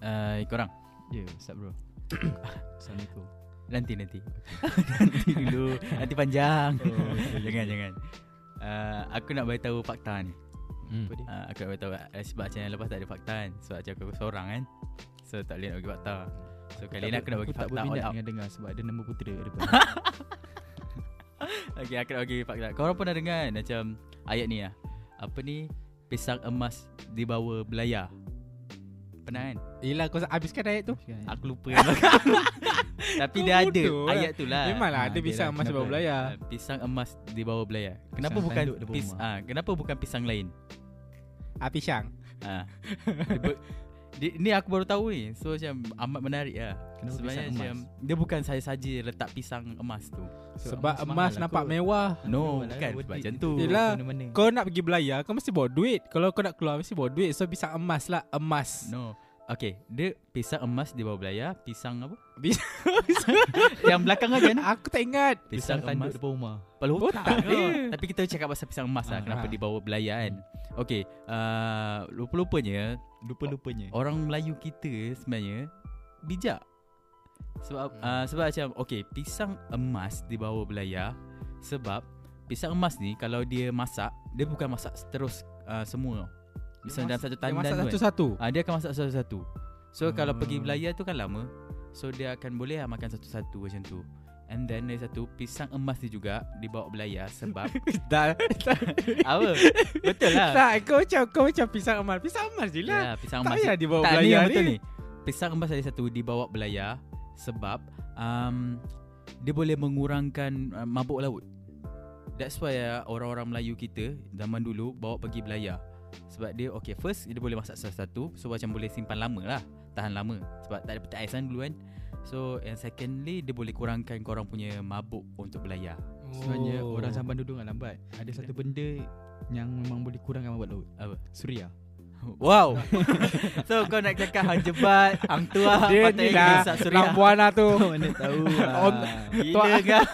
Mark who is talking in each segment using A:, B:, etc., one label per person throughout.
A: Eh,
B: Ya, bro Assalamualaikum
A: Nanti nanti Nanti dulu Nanti panjang
B: Oh, okay,
A: Jangan
B: okay.
A: jangan uh, Aku nak beritahu fakta ni
B: hmm.
C: Apa dia?
A: uh, Aku nak beritahu uh, Sebab macam yang lepas tak ada fakta kan Sebab macam aku seorang kan So tak boleh nak bagi fakta So kali ni aku nak bagi
C: tak
A: fakta all
C: berminat
A: out
C: dengan dengar sebab ada nama putera ada depan.
A: Okay aku nak bagi fakta Korang pernah dengar kan Macam ayat ni lah Apa ni Pisang emas dibawa belayar Pernah kan
C: Yelah kau habiskan ayat tu.
A: Aku lupa kan Tapi
C: Kau
A: dia ada
C: bodoh lah.
A: Ayat tu lah
C: Memanglah ada
A: dia
C: pisang
A: lah.
C: emas di bawah
A: Kenapa?
C: belayar.
A: Ah, Pisang emas di bawah belayar Kenapa
C: Pisang
A: bukan
C: tanduk di bawah
A: pis,
C: rumah.
A: ah, Kenapa bukan pisang lain
C: Ah pisang.
A: ah. dia, ber- dia, Ni aku baru tahu ni So macam amat menarik lah
C: Kenapa
A: Sebenarnya
C: pisang
A: macam Dia bukan saya saja letak pisang emas lah tu
C: Sebab emas nampak mewah.
A: No bukan sebab macam tu
C: Yelah.
B: Mana-mana
C: Kau nak pergi belayar Kau mesti bawa duit Kalau kau nak keluar Mesti bawa duit So pisang emas lah Emas
A: No
C: no.
A: Okay Dia pisang emas di bawah belayar Pisang apa
C: Pisang-
A: Yang belakang kan
C: Aku tak ingat
B: Pisang
A: Pisang
B: tanduk
A: emas
B: depan rumah
A: Kepala otak,
C: Otak
A: ke?
C: dia.
A: Tapi kita cakap pasal pisang emas lah
B: Ah,
A: Kenapa
C: ah.
A: dibawa belayar kan Okay uh, Lupa-lupanya
B: Lupa-lupanya
A: Orang Melayu kita sebenarnya Bijak Sebab
C: Hmm.
A: uh, Sebab macam Okay pisang emas dibawa belayar Sebab Pisang emas ni Kalau dia masak Dia bukan masak terus uh, semua tau. Misalnya dalam satu
C: Dia
A: tandan
C: masak
A: tu kan
C: satu-satu
A: uh, Dia akan masak satu-satu So hmm. kalau pergi
C: Hmm.
A: belayar tu kan lama So dia akan boleh lah makan satu-satu macam tu And then dari satu Pisang emas ni juga Dibawa belayar sebab
C: Dah
A: Apa? Betul lah.
C: Tak kau macam Kau macam pisang emas Pisang emas je lah
A: Ya, pisang
C: Tak
A: emas.
C: payah dibawa
A: Tak, ni
C: belayar
A: yang betul
C: ni
A: ni. Pisang emas ada satu dibawa belayar sebab um, dia boleh mengurangkan uh, mabuk laut. That's why uh, orang-orang Melayu kita zaman dulu bawa pergi belayar. Sebab dia okay first dia boleh masak satu-satu so macam boleh simpan lama lah. Tahan lama sebab tak ada peti ais kan dulu kan. So and secondly dia boleh kurangkan korang punya mabuk untuk belayar.
B: Sebenarnya
C: Oh.
B: orang Samban duduk dengan lambat Ada satu benda Yang memang boleh kurangkan mabuk laut
A: Apa?
B: Suria
A: Wow. so kau nak cakap hang jebat, hang tua,
C: Dia ni lah Lambuana
A: Oh,
C: tu
B: Mana tahu Ah,
C: On-
A: Gila kau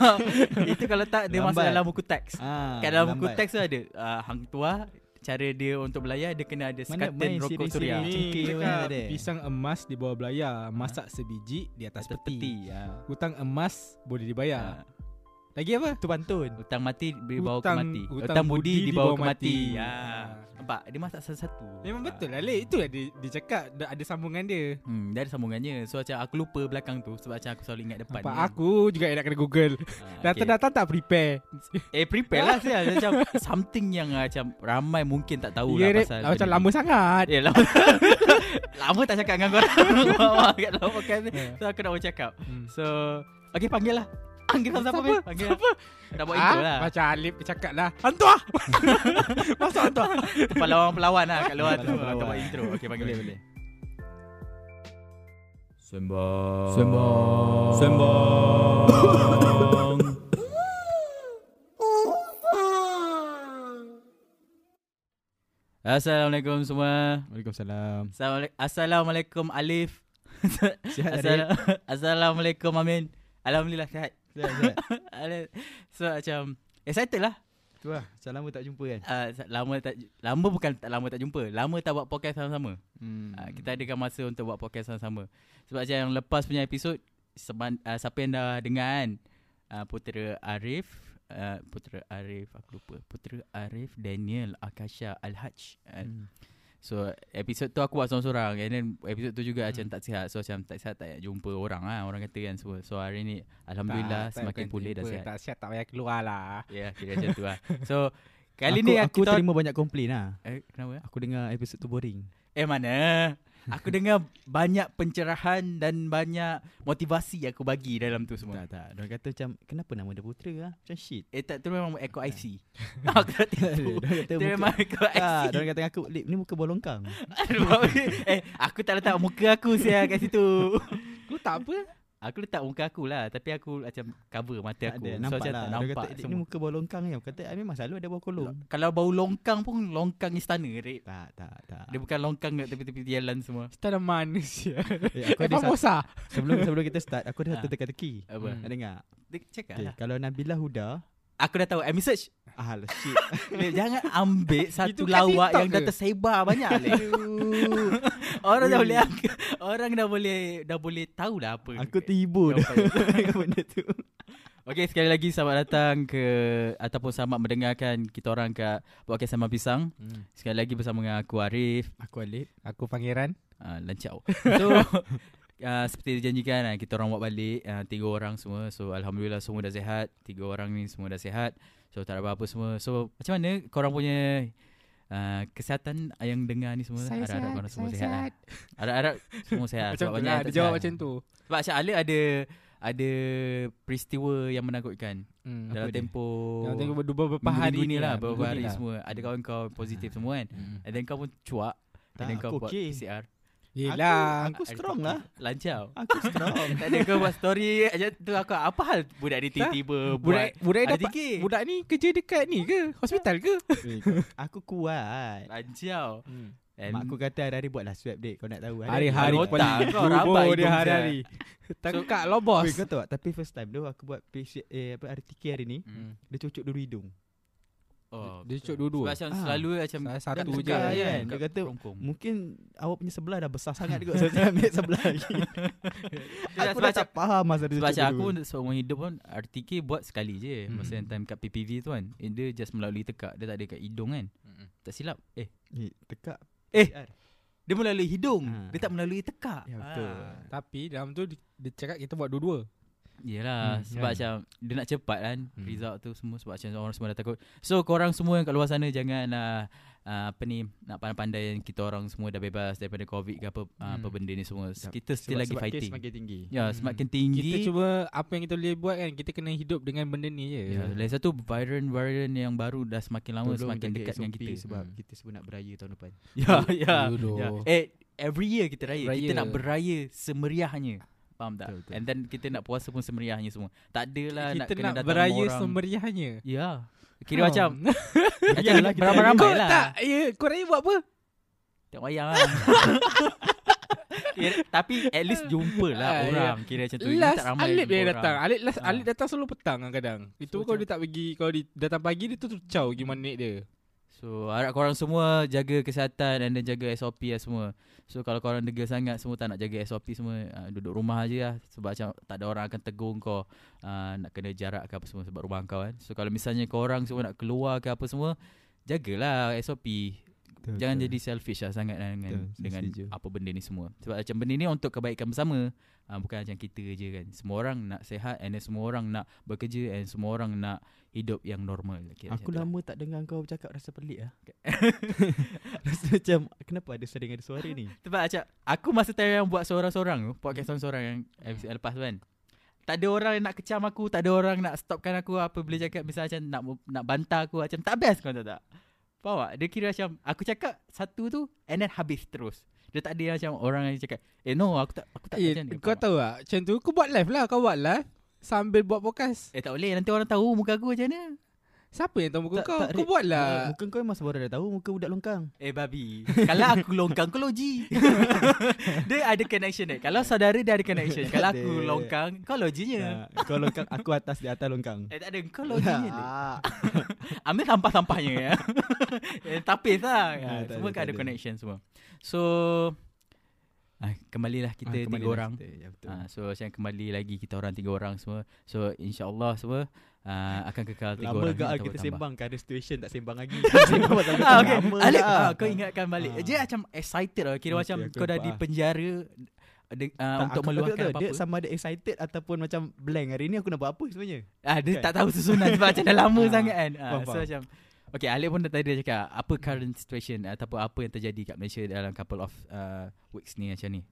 A: Itu kalau tak Dia masuk
B: Lambat.
A: dalam buku teks
B: ah,
A: Kat dalam buku
B: lambat.
A: teks tu ada uh, Hang tua Cara dia untuk belayar Dia kena ada
B: Mana
A: sekatan
B: main
A: rokok
B: siri-siri
A: suria
B: ni.
C: Ni
B: Cengkeh
C: cakap
B: mana ada?
C: Pisang emas di bawah belayar Masak sebiji Di atas
A: Atas
C: peti
A: peti ah.
C: Hutang emas Boleh
B: ya.
C: dibayar
A: Ah.
C: Lagi apa?
B: Tu pantun
A: Hutang mati dibawa ke
C: Hutang-
A: mati
C: hutang
A: Hutang budi dibawa ke mati
C: mati.
A: Ah. Nampak Dia masak satu-satu
C: Memang
A: Ah.
C: betul lah Lek Itu lah dia, dia cakap dah Ada sambungan dia
A: Hmm, dia ada sambungannya So macam aku lupa belakang tu Sebab macam aku selalu ingat depan
C: Nampak
A: kan.
C: aku juga yang nak kena google
A: Ah, okay.
C: Datang-datang tak prepare
A: Eh prepare lah saya Macam something yang ah, macam Ramai mungkin tak tahu
C: Ya
A: lah
C: Rep,
A: pasal
C: lah, macam
A: benda ni.
C: lama sangat
A: Eh lama Lama tak cakap dengan korang Lama agak lama kan So aku nak bercakap
C: Hmm.
A: So Okay panggil lah Panggil siapa siapa
C: Siapa?
A: Panggil
C: Siapa?
A: Dah buat intro lah
C: Ah, Macam Alif cakap lah Hantuah Masuk ah. hantuah
A: Pelawan-pelawan lah kat luar tu
B: Pelawan-pelawan.
A: Dah buat intro Okay panggil
B: Boleh,
A: boleh, boleh.
B: boleh.
A: Sembang
B: Sembang.
A: Sembang Assalamualaikum semua
B: Waalaikumsalam
A: Assalamala- Assalamualaikum Alif
B: Sihat
A: Assala- Assalamualaikum Amin Alhamdulillah sihat Alif. So macam Excited lah
B: Tu lah Macam lama tak jumpa kan
A: uh, Lama tak Lama bukan tak lama tak jumpa Lama tak buat podcast sama-sama
B: hmm.
A: uh, Kita adakan masa untuk buat podcast sama-sama Sebab macam yang lepas punya episod seban, uh, Siapa yang dah dengar kan uh, Putera Arif uh, Putera Arif Aku lupa Putera Arif Daniel Akasha Al-Haj uh,
B: Hmm.
A: So episod tu aku buat seorang-seorang And then episod tu juga hmm. macam
C: Hmm.
A: tak sihat So macam tak sihat tak payah jumpa orang lah Orang kata kan semua So hari ni Alhamdulillah
C: Ah, Tak, tak,
A: semakin
C: bukan
A: pulih dah
C: tiba.
A: sihat
C: Tak sihat tak payah keluar lah
A: Ya yeah, kira macam tu lah So Kali ni
B: aku
A: kita-
B: terima banyak komplain lah
A: eh, Kenapa
B: Aku dengar episod tu boring
A: Eh mana? Aku dengar banyak pencerahan dan banyak motivasi aku bagi dalam tu semua.
B: Tak tak Diorang kata macam Kenapa nama dia putera lah Macam shit
A: Eh tak tu memang ekor IC. aku tak tipu.
B: Diorang kata
A: Tu
B: muka-
A: memang ekor
B: Tak, diorang
A: IC.
B: kata dengan aku Lip ni muka bolongkang
A: eh aku tak letak muka aku saya kat situ.
C: Aku tak apa
A: Aku letak muka aku lah tapi aku macam cover mata
B: Tak
A: aku.
B: ada,
A: so macam
B: nampak lah
A: tak
B: Diorang
A: nampak
B: kata, "Lip ni
A: semua.
B: muka bolongkang ni Aku kata "Ah, memang selalu ada bawah kolong
A: Kalau bau longkang pun longkang istana, Red.
B: Tak tak tak
A: Dia bukan longkang kat tepi-tepi jalan semua.
C: Kita ada manusia
B: Eh, Aku
C: Eh
B: ada satu
C: Famosa
B: Sebelum sebelum kita start Aku ada satu
A: Ah.
B: teka-teki
A: Apa?
C: Hmm.
B: Nak dengar
A: Dia cakap
B: okay,
A: lah.
B: Kalau Nabila Huda
A: Aku dah tahu I'm research
B: Ah, lah, shit.
A: Lip, Jangan ambil Satu
C: Itu kan
A: lawak
C: TikTok
A: Yang dah
C: ke?
A: tersebar banyak Lip. Orang dah boleh Orang dah boleh Dah boleh tahu lah apa
B: Aku terhibur dah dengan benda tu.
A: Okay sekali lagi Selamat datang ke Ataupun selamat mendengarkan Kita orang kat Podcast Sama Pisang Sekali lagi bersama dengan aku Arif
B: Aku Alip.
C: Aku pangeran
A: uh, Lancau So uh, Seperti dijanjikan uh, Kita orang buat balik uh, Tiga orang semua So Alhamdulillah semua dah sihat Tiga orang ni semua dah sihat So tak ada apa-apa semua So macam mana korang punya uh, Kesihatan yang dengar ni semua
C: Saya
A: Harap-harap
C: sihat,
A: korang semua
C: saya
A: sihat, lah. Harap-harap semua sihat Ya, Sebab
C: Macam tu
A: banyak
C: lah
A: yang
C: Dia
A: tak
C: jawab
A: sihat.
C: macam tu
A: Sebab Syah Ali ada Ada peristiwa yang menakutkan
C: Hmm.
A: Dalam
B: dia?
A: tempoh
C: Yang tengok berdua beberapa
A: Minggu
C: hari
A: ni lah
C: minggu
A: Beberapa
C: ni
A: hari
C: lah. Hmm.
A: semua Ada kawan kau positif semua kan And then kau pun cuak And
B: Tak,
A: then kau
B: aku
A: buat
B: okey.
A: PCR
C: Yelah
B: Aku strong lah.
A: Lancar
B: Aku strong.
A: Tak ada kau buat story Macam tu aku Apa hal budak ni tiba-tiba
C: Budak
A: buat
C: budak ni
A: Ada
C: dapat
A: tiga
C: Budak ni kerja dekat ni ke? Hospital ke?
B: Eh, kau- aku kuat.
A: Lancar And
B: Mak aku kata hari-hari buatlah swab dek. Kau nak tahu
A: Hari-hari
B: buat.
A: kepala otak kau rabat
C: Bubur dia
A: hidung
C: hari-hari Tengkak lah bos
B: Weh, kau tahu tak? Tapi first time tu aku buat patient, eh, apa, RTK hari ni.
A: Hmm.
B: Dia cucuk dulu hidung.
A: oh,
C: Dia cucuk dua-dua
A: Sebab macam
B: Ah.
A: selalu macam
C: Salah satu
A: kan
C: je
A: tukar
B: kan.
A: kat
B: Dia kata-
A: kerongkong.
B: Mungkin awak punya sebelah dah besar sangat kot. So saya ambil sebelah lagi.
A: Sebab-
B: aku dah
A: sebab-
B: tak faham masa dia
A: Sebab
B: cucuk
A: macam aku
B: dulu.
A: seumur hidup pun RTK buat sekali je
B: Hmm.
A: Masa yang time kat PPV tu kan eh, Dia just melalui tekak Dia tak ada kat hidung kan
B: Hmm.
A: Tak silap Eh
B: Eh, tekak.
A: Eh.
B: PR.
A: dia melalui hidung
B: Ah.
A: Dia tak melalui tekak
B: Ya, betul.
A: Ah.
C: Tapi dalam tu di- Dia cakap kita buat dua-dua
A: Yelah
B: Hmm,
A: Sebab
B: kan.
A: macam Dia nak cepat kan
B: Hmm.
A: Result tu semua Sebab macam orang semua dah takut So korang semua yang kat luar sana Jangan uh, uh, Apa ni Nak pandai-pandai yang Kita orang semua dah bebas Daripada covid ke apa uh, Apa
C: Hmm.
A: benda ni semua
B: Sekejap.
A: Kita still lagi
B: Sebab- sebab
A: fighting
B: case makin tinggi.
A: Ya
C: Hmm.
A: semakin tinggi
C: Kita cuba Apa yang kita boleh buat kan Kita kena hidup dengan benda ni je
A: Ya, lagi satu varian-varian yang baru dah semakin lama
B: Tolong
A: semakin
B: jaga
A: dekat dengan
B: SOP
A: kita.
B: Sebab
C: Hmm.
B: kita semua nak beraya tahun depan.
A: Ya, ya.
C: Dulu.
A: ya. Eh, every year kita raya. Kita
C: Raya.
A: nak beraya semeriahnya. Faham tak?
B: Betul, betul.
A: And then kita nak puasa pun semeriahnya semua. Tak adalah nak
C: Kita
A: kena
C: nak
A: datang
C: beraya
A: orang.
C: semeriahnya
A: Ya. Kira
C: Ha.
A: macam
B: Ya
A: Macam
B: lah, kita
A: beramai-ramai
C: Kau
A: lah
C: tak ya, Kau raya buat apa?
A: Tak payah lah Ya, tapi at least jumpa lah
C: Ah, ya.
A: orang Kira macam tu Ini
C: Last
A: tak ramai
C: Alip
A: jumpa
C: dia
A: orang.
C: datang Alip, last,
A: Ah.
C: Alip datang selalu petang kadang Itu
A: So,
C: kalau
A: macam-
C: dia tak pergi Kalau dia datang pagi Dia tu tercau pergi manik dia
A: So harap korang semua Jaga kesihatan And then jaga SOP lah semua So kalau korang degil sangat Semua tak nak jaga SOP semua uh, Duduk rumah je lah Sebab macam Tak ada orang akan tegur kau uh, Nak kena jarak ke apa semua Sebab rumah kau kan So kalau misalnya korang semua Nak keluar ke apa semua Jagalah SOP Jangan jadi selfish lah sangat lah dengan
B: Betul, saya
A: dengan
B: setuju.
A: apa benda ni semua. Sebab macam benda ni untuk kebaikan bersama. Ha, bukan macam kita je kan. Semua orang nak sehat and then semua orang nak bekerja and semua orang nak hidup yang normal. Kira macam tu
B: Aku lama tak dengar kau bercakap
A: ah.
B: rasa pelik lah. rasa macam kenapa ada sering ada suara ni?
A: lah. Sebab macam aku masa time yang buat seorang-seorang tu, podcast seorang-seorang yang episode lepas tu kan. Tak ada orang yang nak kecam aku, tak ada orang nak stopkan aku apa boleh cakap misalnya macam nak nak bantah aku macam tak best kau tahu tak. Faham tak? Dia kira macam aku cakap satu tu and then habis terus. Dia tak ada yang macam orang yang cakap Eh no aku tak aku tak
C: Eh,
A: macam ni." Faham
C: Kau
A: tak?
C: tahu tak Macam tu Kau buat live lah Kau buat live Sambil buat podcast
A: Eh tak boleh nanti orang tahu muka aku macam mana.
C: Siapa yang tahu muka
B: Tak-
C: kau
B: tak,
C: Kau
B: Rik.
C: buat
B: Uh,
C: lah
B: muka kau memang sebarang dah tahu muka budak longkang.
A: Eh babi. Kalau aku longkang kau loji. dia ada connection eh. Kalau saudara dia ada connection. Kalau aku
B: Ada.
A: longkang kau lojinya.
B: Yeah. kau longkang aku atas di atas longkang.
A: Eh tak ada kau lojinya. Lik.
B: Ah.
A: Ambil sampah-sampahnya ya. eh, tapis lah.
B: Ya,
A: Ah,
B: tak
A: semua
B: ada,
A: kan
B: tak
A: ada
B: ada.
A: connection semua. So ah, kembalilah kita
B: Ah,
A: ah,
B: kembali
A: tiga
B: lah
A: orang.
B: kita. Ya, betul.
A: Ah, so macam kembali lagi kita orang tiga orang semua. So insyaallah semua ah, akan kekal tiga orang.
B: Lama gak
A: ni
B: ah,
A: atau
B: kita
A: bertambah.
B: sembang Current situation tak sembang lagi Sembang pasal benda
A: Ah, okay.
B: lama
A: Alif,
B: dah.
A: ah, kau ingatkan balik.
B: Ah.
A: Dia macam excited lah. Kira
B: Okay,
A: macam
B: aku
A: kau dah
B: nampak
A: di
B: ah.
A: penjara de, ah,
B: Tak,
A: untuk
B: aku-
A: meluahkan
B: aku tak tahu,
A: apa-apa.
B: Dia sama ada excited Ataupun macam blank Hari ni aku nak buat apa sebenarnya
A: ah, dia
B: kan?
A: tak tahu susunan sebab macam dah lama
B: Ah,
A: sangat kan. Ah,
B: faham,
A: so
B: faham.
A: macam Okay, Alif pun dah tadi dia cakap apa current situation ataupun apa yang terjadi kat Malaysia dalam couple of uh, weeks ni macam ni.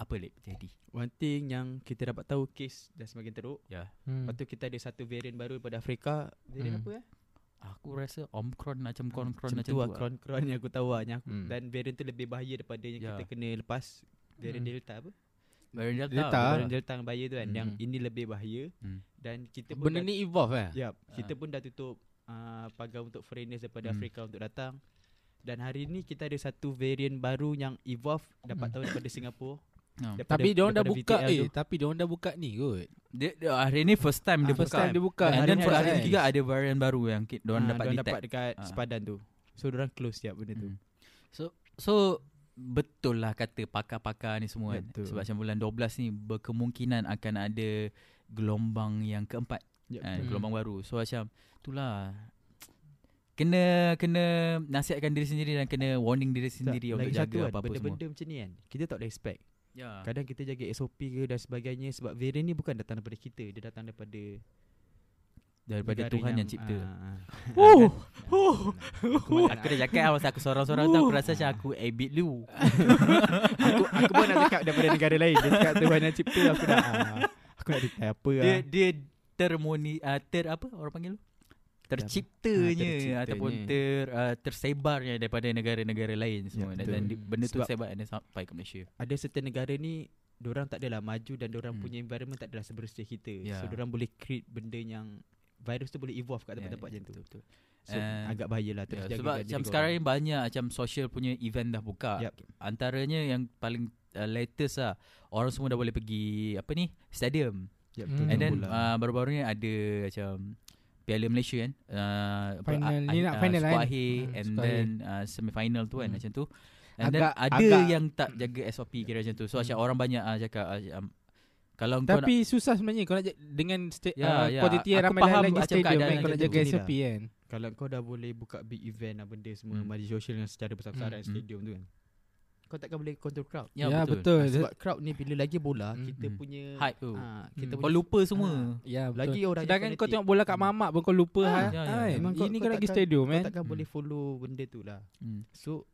A: Apa Alif jadi?
B: One thing yang kita dapat tahu Kes dah semakin teruk
C: Hmm.
B: Lepas tu kita ada satu varian baru Daripada Afrika Varian
C: Hmm.
B: apa eh
A: Aku rasa Omicron macam Omicron
B: Macam
A: Ah, macam
B: tu lah
A: tu. lah.
B: Kron-kron yang aku tahu lah yang aku,
C: Hmm.
B: Dan varian tu lebih bahaya Daripada yang
A: Ya.
B: kita kena lepas Varian
C: Hmm.
B: Delta apa
A: Varian Delta.
C: Delta.
A: Delta.
B: Varian Delta yang bahaya tu kan
C: Hmm.
B: Yang ini lebih bahaya
A: Ah. Hmm.
B: Dan kita pun
C: Benda
B: dah-
C: ni evolve eh
B: Yap, kita
A: Ah.
B: pun dah tutup uh, pagar untuk foreigners
A: Hmm.
B: daripada hmm. Afrika untuk datang. Dan hari ni kita ada satu varian baru yang evolve
A: Hmm.
B: dapat tahu daripada Singapura.
A: No.
B: Daripada-
C: Tapi dia orang dah
B: daripada
C: buka
B: VTL
C: eh,
B: tu.
C: tapi dia orang dah buka ni kot.
A: Dia, dia, hari ni first time dia
C: Ah, first
A: buka.
C: time dia buka.
A: And
C: Hari
A: then
C: ni
A: for
C: ada
A: hari
C: kan?
A: ketiga ada varian baru yang kita orang
B: Ah,
A: dapat
B: diorang
A: detect.
B: dapat dekat
A: Ah.
B: sepadan tu So orang close tiap benda tu
A: Hmm. So so betul lah kata pakar-pakar ni semua kan.
B: Betul.
A: Sebab macam bulan 12 ni berkemungkinan akan ada gelombang yang keempat.
B: Yep.
A: Kan,
C: Hmm.
A: gelombang baru. So macam itulah kena kena nasihatkan diri sendiri dan kena warning diri sendiri untuk
B: Lagi satu
A: jaga
B: kan,
A: apa-apa semua.
B: Benda-benda macam ni kan Kita tak boleh expect
A: Ya.
B: Kadang kita jaga SOP ke dan sebagainya Sebab variant ni bukan datang daripada kita Dia datang daripada
A: Daripada
B: negara
A: Tuhan yang, cipta.
B: ah, ah.
A: Oh.
B: Ah, kan?
A: Aku, aku dah cakap lah Masa aku sorang-sorang tu Aku rasa macam aku abit lu
B: aku, aku pun nak cakap daripada negara lain Dia cakap Tuhan yang cipta Aku dah ah, Aku nak reply apa lah
A: Dia dia termoni uh, ter apa orang panggil tu? Terciptanya
B: Ah, terciptanya.
A: ataupun ter uh, tersebarnya daripada negara-negara lain semua
B: Ya,
A: dan,
B: betul.
A: dan di- benda tu
B: Sebab-
A: sebar dan sampai ke Malaysia.
B: Ada certain negara ni Diorang tak adalah maju Dan diorang
A: Hmm.
B: punya environment Tak adalah seberusia kita
A: Ya.
B: So diorang boleh create benda yang Virus tu boleh evolve kat tempat-tempat
A: Ya,
B: macam tu
A: betul.
B: So
A: And-
B: agak bahaya lah
A: Ya,
B: Terus jaga
A: sebab
B: diri
A: macam
B: korang.
A: sekarang ni banyak macam social punya event dah buka.
B: Yup.
A: Antaranya yang paling uh, latest lah orang semua dah boleh pergi apa ni stadium.
B: Yup,
C: Hmm.
B: betul.
A: And then
B: Bola.
A: uh, baru-baru ni ada macam Piala Malaysia kan. Uh, apa,
C: Final.
A: ah,
C: Ni
A: ah,
C: nak final
A: squad
C: kan?
A: akhir
C: Hmm,
A: and
C: squad
A: then uh, semifinal tu kan
C: Hmm.
A: macam tu. And
C: Agak-
A: then ada
C: agak- Hmm.
A: yang tak jaga SOP kira macam tu. So macam orang banyak uh, cakap uh, um, kalau kau nak
C: Tapi susah sebenarnya kau nak ja- dengan sta-
A: Ya,
C: ah,
A: ya.
C: kuantiti yang
A: Aku
C: ramai
A: faham
C: lain lagi
A: macam
C: stadium
A: keadaan
C: kan kau nak
B: macam
C: jaga
B: tu ni
C: SOP kan.
B: Kalau kau dah boleh buka big event lah benda semua
A: Hmm.
B: hmm. Mari social yang secara besar-besaran
C: Hmm.
B: hmm. stadium tu kan Kau takkan boleh control crowd
A: Ya,
C: Ya
A: betul.
C: betul.
B: Sebab crowd ni bila lagi bola
C: Hmm.
B: Kita
A: Hmm.
B: punya
A: hype tu.
B: ah, Kita
C: Hmm.
A: Kau
B: boleh
A: lupa semua.
C: Ya betul.
B: Lagi orang yang
C: Sedangkan kau
B: fanatik.
C: tengok bola kat mamak pun kau lupa
A: Ah,
C: ha.
A: ya, ya.
C: Ai,
B: Memang kau-
C: Ini
B: kau
C: kau nak pergi
B: takkan-
C: stadium
B: Kau
C: kan.
B: takkan
A: Hmm.
B: boleh follow benda tu lah
A: Hmm.
B: So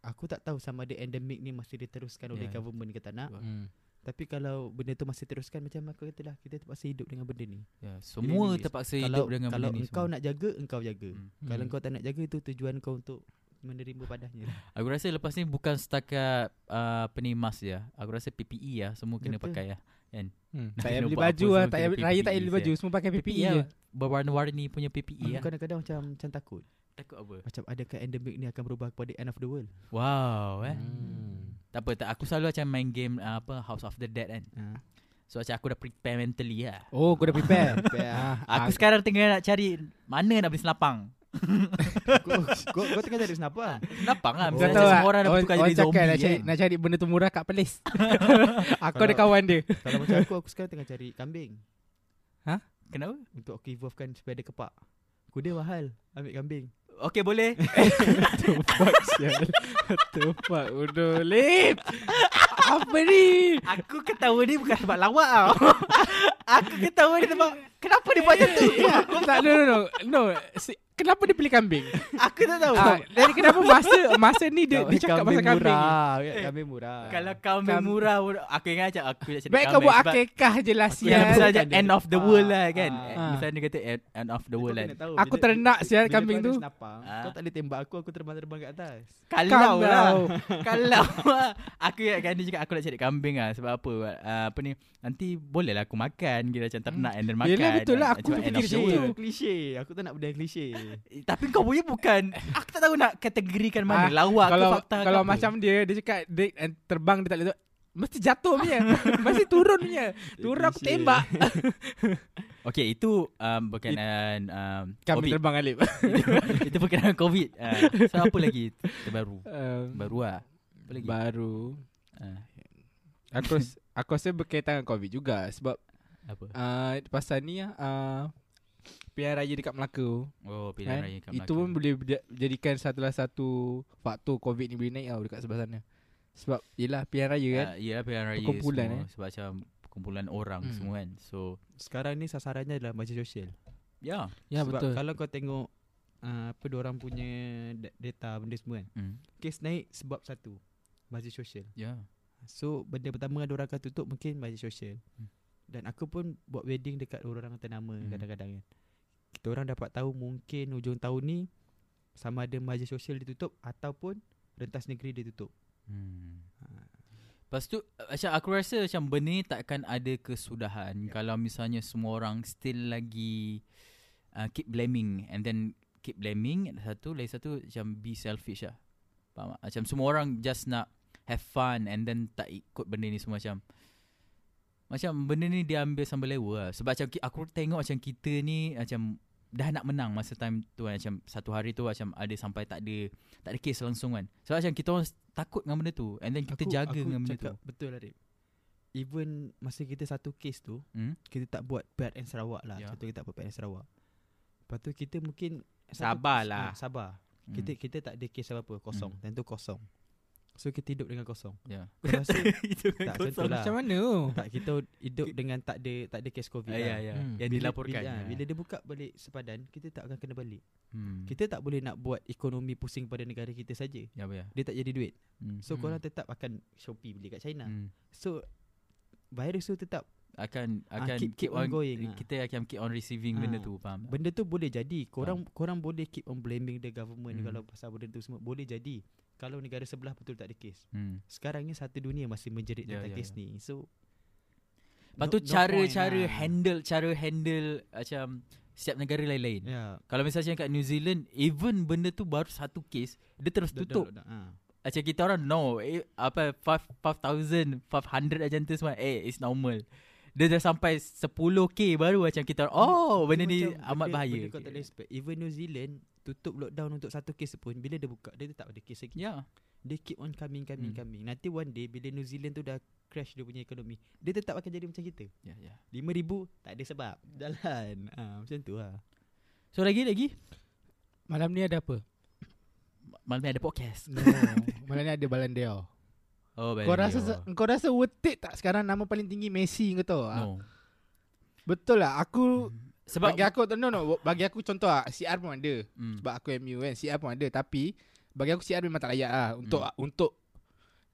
B: Aku tak tahu sama ada endemik ni masih diteruskan oleh
A: Ya.
B: government ke tak nak
C: Hmm.
B: Tapi kalau benda tu masih teruskan macam aku kata lah Kita terpaksa hidup dengan benda ni
A: Ya, semua
B: ni-
A: terpaksa
B: Kalau,
A: hidup dengan
B: kalau
A: benda ni.
B: engkau
A: semua.
B: nak jaga, engkau jaga
A: Hmm.
B: Kalau
C: Hmm.
B: kau tak nak jaga itu tujuan kau untuk menerima lah. padanya
A: Aku rasa lepas ni bukan setakat uh, apa ni mask je. Aku rasa PPE lah semua kena
B: Betul.
A: pakai lah.
C: Hmm.
A: Kena
C: Tak payah beli
A: buat apa
C: baju
A: semua
C: lah tak payah
A: kena
C: beli- Raya tak payah
A: PPE
C: beli baju Semua pakai PPE E je
A: lah. Berwarna-warni punya PPE lah.
B: Kadang-kadang macam macam takut
A: Takut apa?
B: Macam adakah endemic ni akan berubah kepada end of the world
A: Wow eh.
C: Hmm.
A: Tak apa tak aku selalu macam main game uh, apa House of the Dead kan.
B: ha.
A: So macam aku dah prepare mentally lah.
C: Oh kau dah prepare
B: Ah,
A: Aku sekarang tengah nak cari mana nak beli selapang.
B: kau, kau, kau tengah cari kenapa?
A: Selapang lah.
C: Kau
A: Misalnya
C: tahu Oh,
A: semua orang dah bertukar jadi
C: cakap lah,
A: zombie
C: nak cari,
A: kan.
C: nak cari benda tu murah kat Perlis Aku
B: Kalau-
C: ada kawan dia
B: Kalau macam aku, aku sekarang tengah cari kambing
A: Kenapa?
B: Untuk aku evolvekan supaya ada kepak Kuda mahal, ambil kambing
A: Okay boleh.
C: Tepak sial Tepak Udah Lip Apa ni
A: aku ketawa ni bukan sebab lawak tau. aku ketawa ni sebab kenapa dia buat macam tu?
C: Tak no no no No Si- Kenapa dia pilih kambing
A: Aku tak tahu.
C: ah, Dari kenapa masa Masa ni dia, dia cakap pasal kambing
B: murah, eh. Kambing murah
A: Kalau kambing
C: Kam-
A: murah pun- Aku ingat macam Aku nak cari
C: Baik kau buat
A: sebab
C: akikah je lah
A: Aku ingat
B: besar
C: sial
B: je.
A: misalnya
B: Bukan dia
A: End of the
B: lepak.
A: world lah kan
B: Ah.
A: Misalnya dia kata end- End of the
B: Kau
A: world
B: kena
A: kan
B: tahu,
C: Aku
B: bila-
C: ternak sial
B: bila
C: kambing
B: kau ada
C: tu
B: senapang,
A: Ah.
B: Kau tak boleh tembak aku, aku terbang-terbang kat atas
A: Kalau lah Kalau lah. Aku ingatkan dia cakap Aku nak cari kambing lah Sebab apa ah, Apa ni Nanti boleh lah aku makan Kira macam ternak And then makan
C: Hmm. Yelah, betul lah. Aku
A: Macam
C: fikir
A: end of the
B: Klise,
C: macam tu.
A: world.
B: klise Aku tak nak benda yang klise
A: Eh, Tapi kau punya bukan Aku tak tahu nak kategorikan mana
C: Ah,
A: Lawak
C: kalau
A: ke fakta ke
C: kalau
A: apa.
C: macam dia dia cakap dia eh, terbang dia tak boleh tu- mesti jatuh punya mesti turun punya turun aku
B: Klise.
C: tembak
A: Okay itu um, Berkenaan um, COVID
C: kami terbang Alip
A: Itu berkenaan COVID Ah, So apa lagi Terbaru Baru lah Apa lagi
C: Um, baru
A: Ah,
C: aku ras- aku rasa berkaitan dengan covid juga sebab
A: Apa
C: uh, pasal ni uh, pilihan raya dekat Melaka tu,
A: Oh pilihan
C: kan?
A: raya kat
C: itu
A: Melaka.
C: pun boleh dia- jadikan salah satu faktor covid ni boleh naik tau dekat sebelah sana sebab yelah pilihan raya kan
A: Ah, Yelah pilihan raya
C: Perkumpulan,
A: semua,
C: eh.
A: Sebab macam Kumpulan orang
C: Hmm.
A: semua kan So
B: Sekarang ni sasarannya adalah media sosial
A: Ya yeah.
C: ya
B: Sebab
C: betul
B: kalau kau tengok uh, Apa diorang punya da- data benda semua kan
C: Hmm.
A: mm.
B: Kes naik sebab satu Media sosial
A: Ya yeah.
B: So benda pertama yang orang akan tutup mungkin media sosial.
A: Hmm.
B: Dan aku pun buat wedding dekat orang yang ternama
A: Hmm.
B: kadang-kadang kan. Kita orang dapat tahu mungkin hujung tahun ni sama ada media sosial ditutup ataupun rentas negeri ditutup.
A: hmm. Lepas tu uh, Macam aku rasa Macam benda ni Takkan ada kesudahan
B: Ya.
A: yeah. Kalau misalnya Semua orang still lagi uh, Keep blaming And then Keep blaming Satu Lagi satu Macam be selfish lah Faham tak? Macam semua orang Just nak have fun and then tak ikut benda ni semua macam macam benda ni dia ambil sambil lewa lah. Sebab macam ki- aku tengok macam kita ni macam dah nak menang masa time tu kan. Macam satu hari tu macam ada sampai tak ada tak ada kes langsung kan. Sebab macam kita orang s- takut dengan benda tu and then kita
B: Aku-
A: jaga
B: aku
A: dengan benda
B: cakap
A: tu.
B: Betul lah Rip Even masa kita satu kes tu
A: Hmm?
B: Kita tak buat PRN Sarawak lah
A: Ya.
B: yeah. Contoh kita tak buat PRN Sarawak Lepas tu kita mungkin satu-
A: Sabar lah.
B: ah, Sabar
A: Hmm.
B: Kita kita tak ada kes apa-apa Kosong
A: Hmm.
B: Time tu kosong So kita hidup dengan kosong
A: ya.
B: Kau rasa
A: Itu kan
B: Tak,
A: kosong.
B: contoh lah.
C: Macam mana tu?
B: Tak kita hidup dengan tak ada tak ada kes COVID
A: Ah, ya
B: lah.
A: ya.
C: Hmm.
A: Yang
B: Bila-
A: dilaporkan.
B: bila,
A: ya.
B: ah, bila dia buka balik sepadan Kita tak akan kena balik
A: hmm.
B: Kita tak boleh nak buat Ekonomi pusing pada negara kita saja
A: ya ya.
B: Dia tak jadi duit
A: Hmm.
B: So
C: Hmm.
B: korang tetap akan Shopee beli kat China
A: Hmm.
B: So Virus tu tetap
A: akan akan
B: Ah, keep- keep on going, ah.
A: kita akan keep on receiving benda
B: Ah.
A: tu faham tak?
B: Benda tu boleh jadi Korang korang boleh keep on blaming the government
A: Hmm.
B: Kalau pasal benda tu semua Boleh jadi Kalau negara sebelah betul tak ada kes
A: hmm.
B: Sekarang ni satu dunia masih menjerit
A: Ya,
B: tentang
A: ya,
B: kes
A: ya.
B: ni So
A: Lepas tu
B: lah.
A: cara-cara handle cara handle macam setiap negara lain-lain.
B: yeah.
A: Kalau misalnya kat New Zealand even benda tu baru satu kes dia terus tutup.
B: ha.
A: Macam kita orang no eh, apa 5 5500 macam tu semua eh it's normal. Dia dah sampai 10k baru macam kita orang, oh
B: Dia
A: benda ni
B: macam
A: amat
B: benda-
A: bahaya.
B: Benda kau tak boleh expect Even New Zealand Tutup lockdown untuk satu kes pun Bila dia buka Dia tak ada kes lagi
A: Ya.
B: Dia keep on coming coming
A: Hmm.
B: coming Nanti one day Bila New Zealand tu dah Crash dia punya ekonomi Dia tetap akan jadi macam kita
A: Ya ya.
B: 5000 tak ada sebab Jalan ha, Macam tu lah
A: So lagi lagi
C: Malam ni ada apa?
A: malam ni ada podcast.
C: No. Malam ni ada Ballon d'Or.
A: Oh
C: Kau
A: baik.
C: rasa kau rasa worth it tak sekarang nama paling tinggi Messi kau tahu? No.
A: no.
C: Betul lah aku
A: Sebab
C: bagi aku no no bagi aku contoh ah CR pun ada.
A: Hmm.
C: Sebab aku MU kan CR pun ada tapi bagi aku CR memang tak layak ah untuk hmm. untuk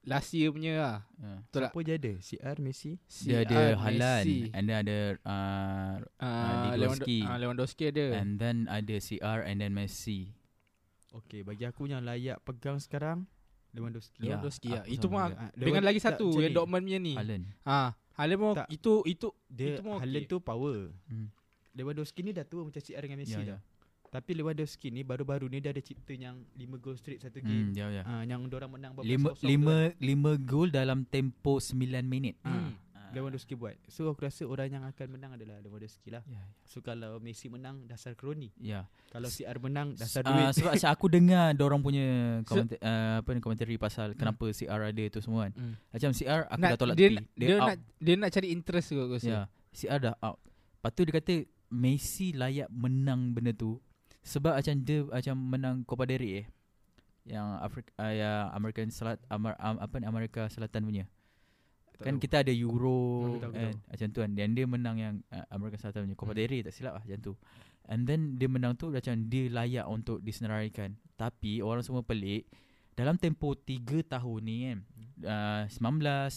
C: last year punya ah.
A: Ya.
C: Betul tak?
B: Apa je ada CR Messi
A: Dia
C: CR,
A: ada Halan
C: Messi,
A: And then ada uh,
C: ah,
A: Lewandowski.
C: Lewandowski. ah, Lewandowski ada.
A: And then ada CR And then Messi
B: Okay bagi aku yang layak pegang sekarang Lewandowski
A: Ya,
C: Lewandowski ah.
A: aku
C: Itu
A: sama juga.
C: pun
B: Ah,
C: dengan
B: Lewan-
C: lagi
B: tak,
C: satu
B: macam
C: yang
B: ni.
C: Dortmund punya ni.
A: Alan
C: Ah, Halan pun
B: Tak.
C: itu itu
B: Dia
C: Itu pun
B: Haaland
C: okey.
B: tu power
A: Hmm.
B: Lewandowski ni dah tua macam CR dengan Messi
A: Ya,
B: dah
A: ya.
B: Tapi Lewandowski ni baru-baru ni dia ada cipta yang 5 goal straight satu
A: Hmm,
B: game.
A: ya, ya.
B: Ah yang dorang menang berapa
A: Lima,
B: kosong tu
A: lima, lima gol dalam tempo 9 minit
B: kan. Ah,
C: Hmm.
A: Ah.
B: Lewandowski buat. So aku rasa orang yang akan menang adalah Lewandowski lah.
A: Ya,
B: So kalau Messi menang dasar kroni.
A: ya.
B: Kalau CR menang dasar
A: Ah,
B: duit.
A: sebab macam aku dengar orang punya
C: So-
A: koment, uh, apa ni komentari pasal kenapa CR ada tu semua kan.
C: Hmm.
A: Macam CR aku
C: nak,
A: dah tolak
C: dia,
A: tepi.
C: nak- dia,
A: out.
C: nak dia nak cari interest ke aku rasa.
A: Ya, CR dah out. Lepas tu dia kata Messi layak menang benda tu sebab macam dia macam menang Copa del Rey eh. Yang Afrika uh, yang American Selat Amer, um, apa ni Amerika Selatan punya.
B: Tak
A: kan
B: tahu.
A: kita ada
B: Aku
A: Euro
B: tahu, Hmm. aku
A: kan macam tu kan. Dan dia menang yang uh, Amerika Selatan punya Copa del Rey tak silap lah macam tu. And then dia menang tu macam dia layak untuk disenaraikan. Tapi orang semua pelik dalam tempo 3 tahun ni kan
B: Hmm.
A: uh,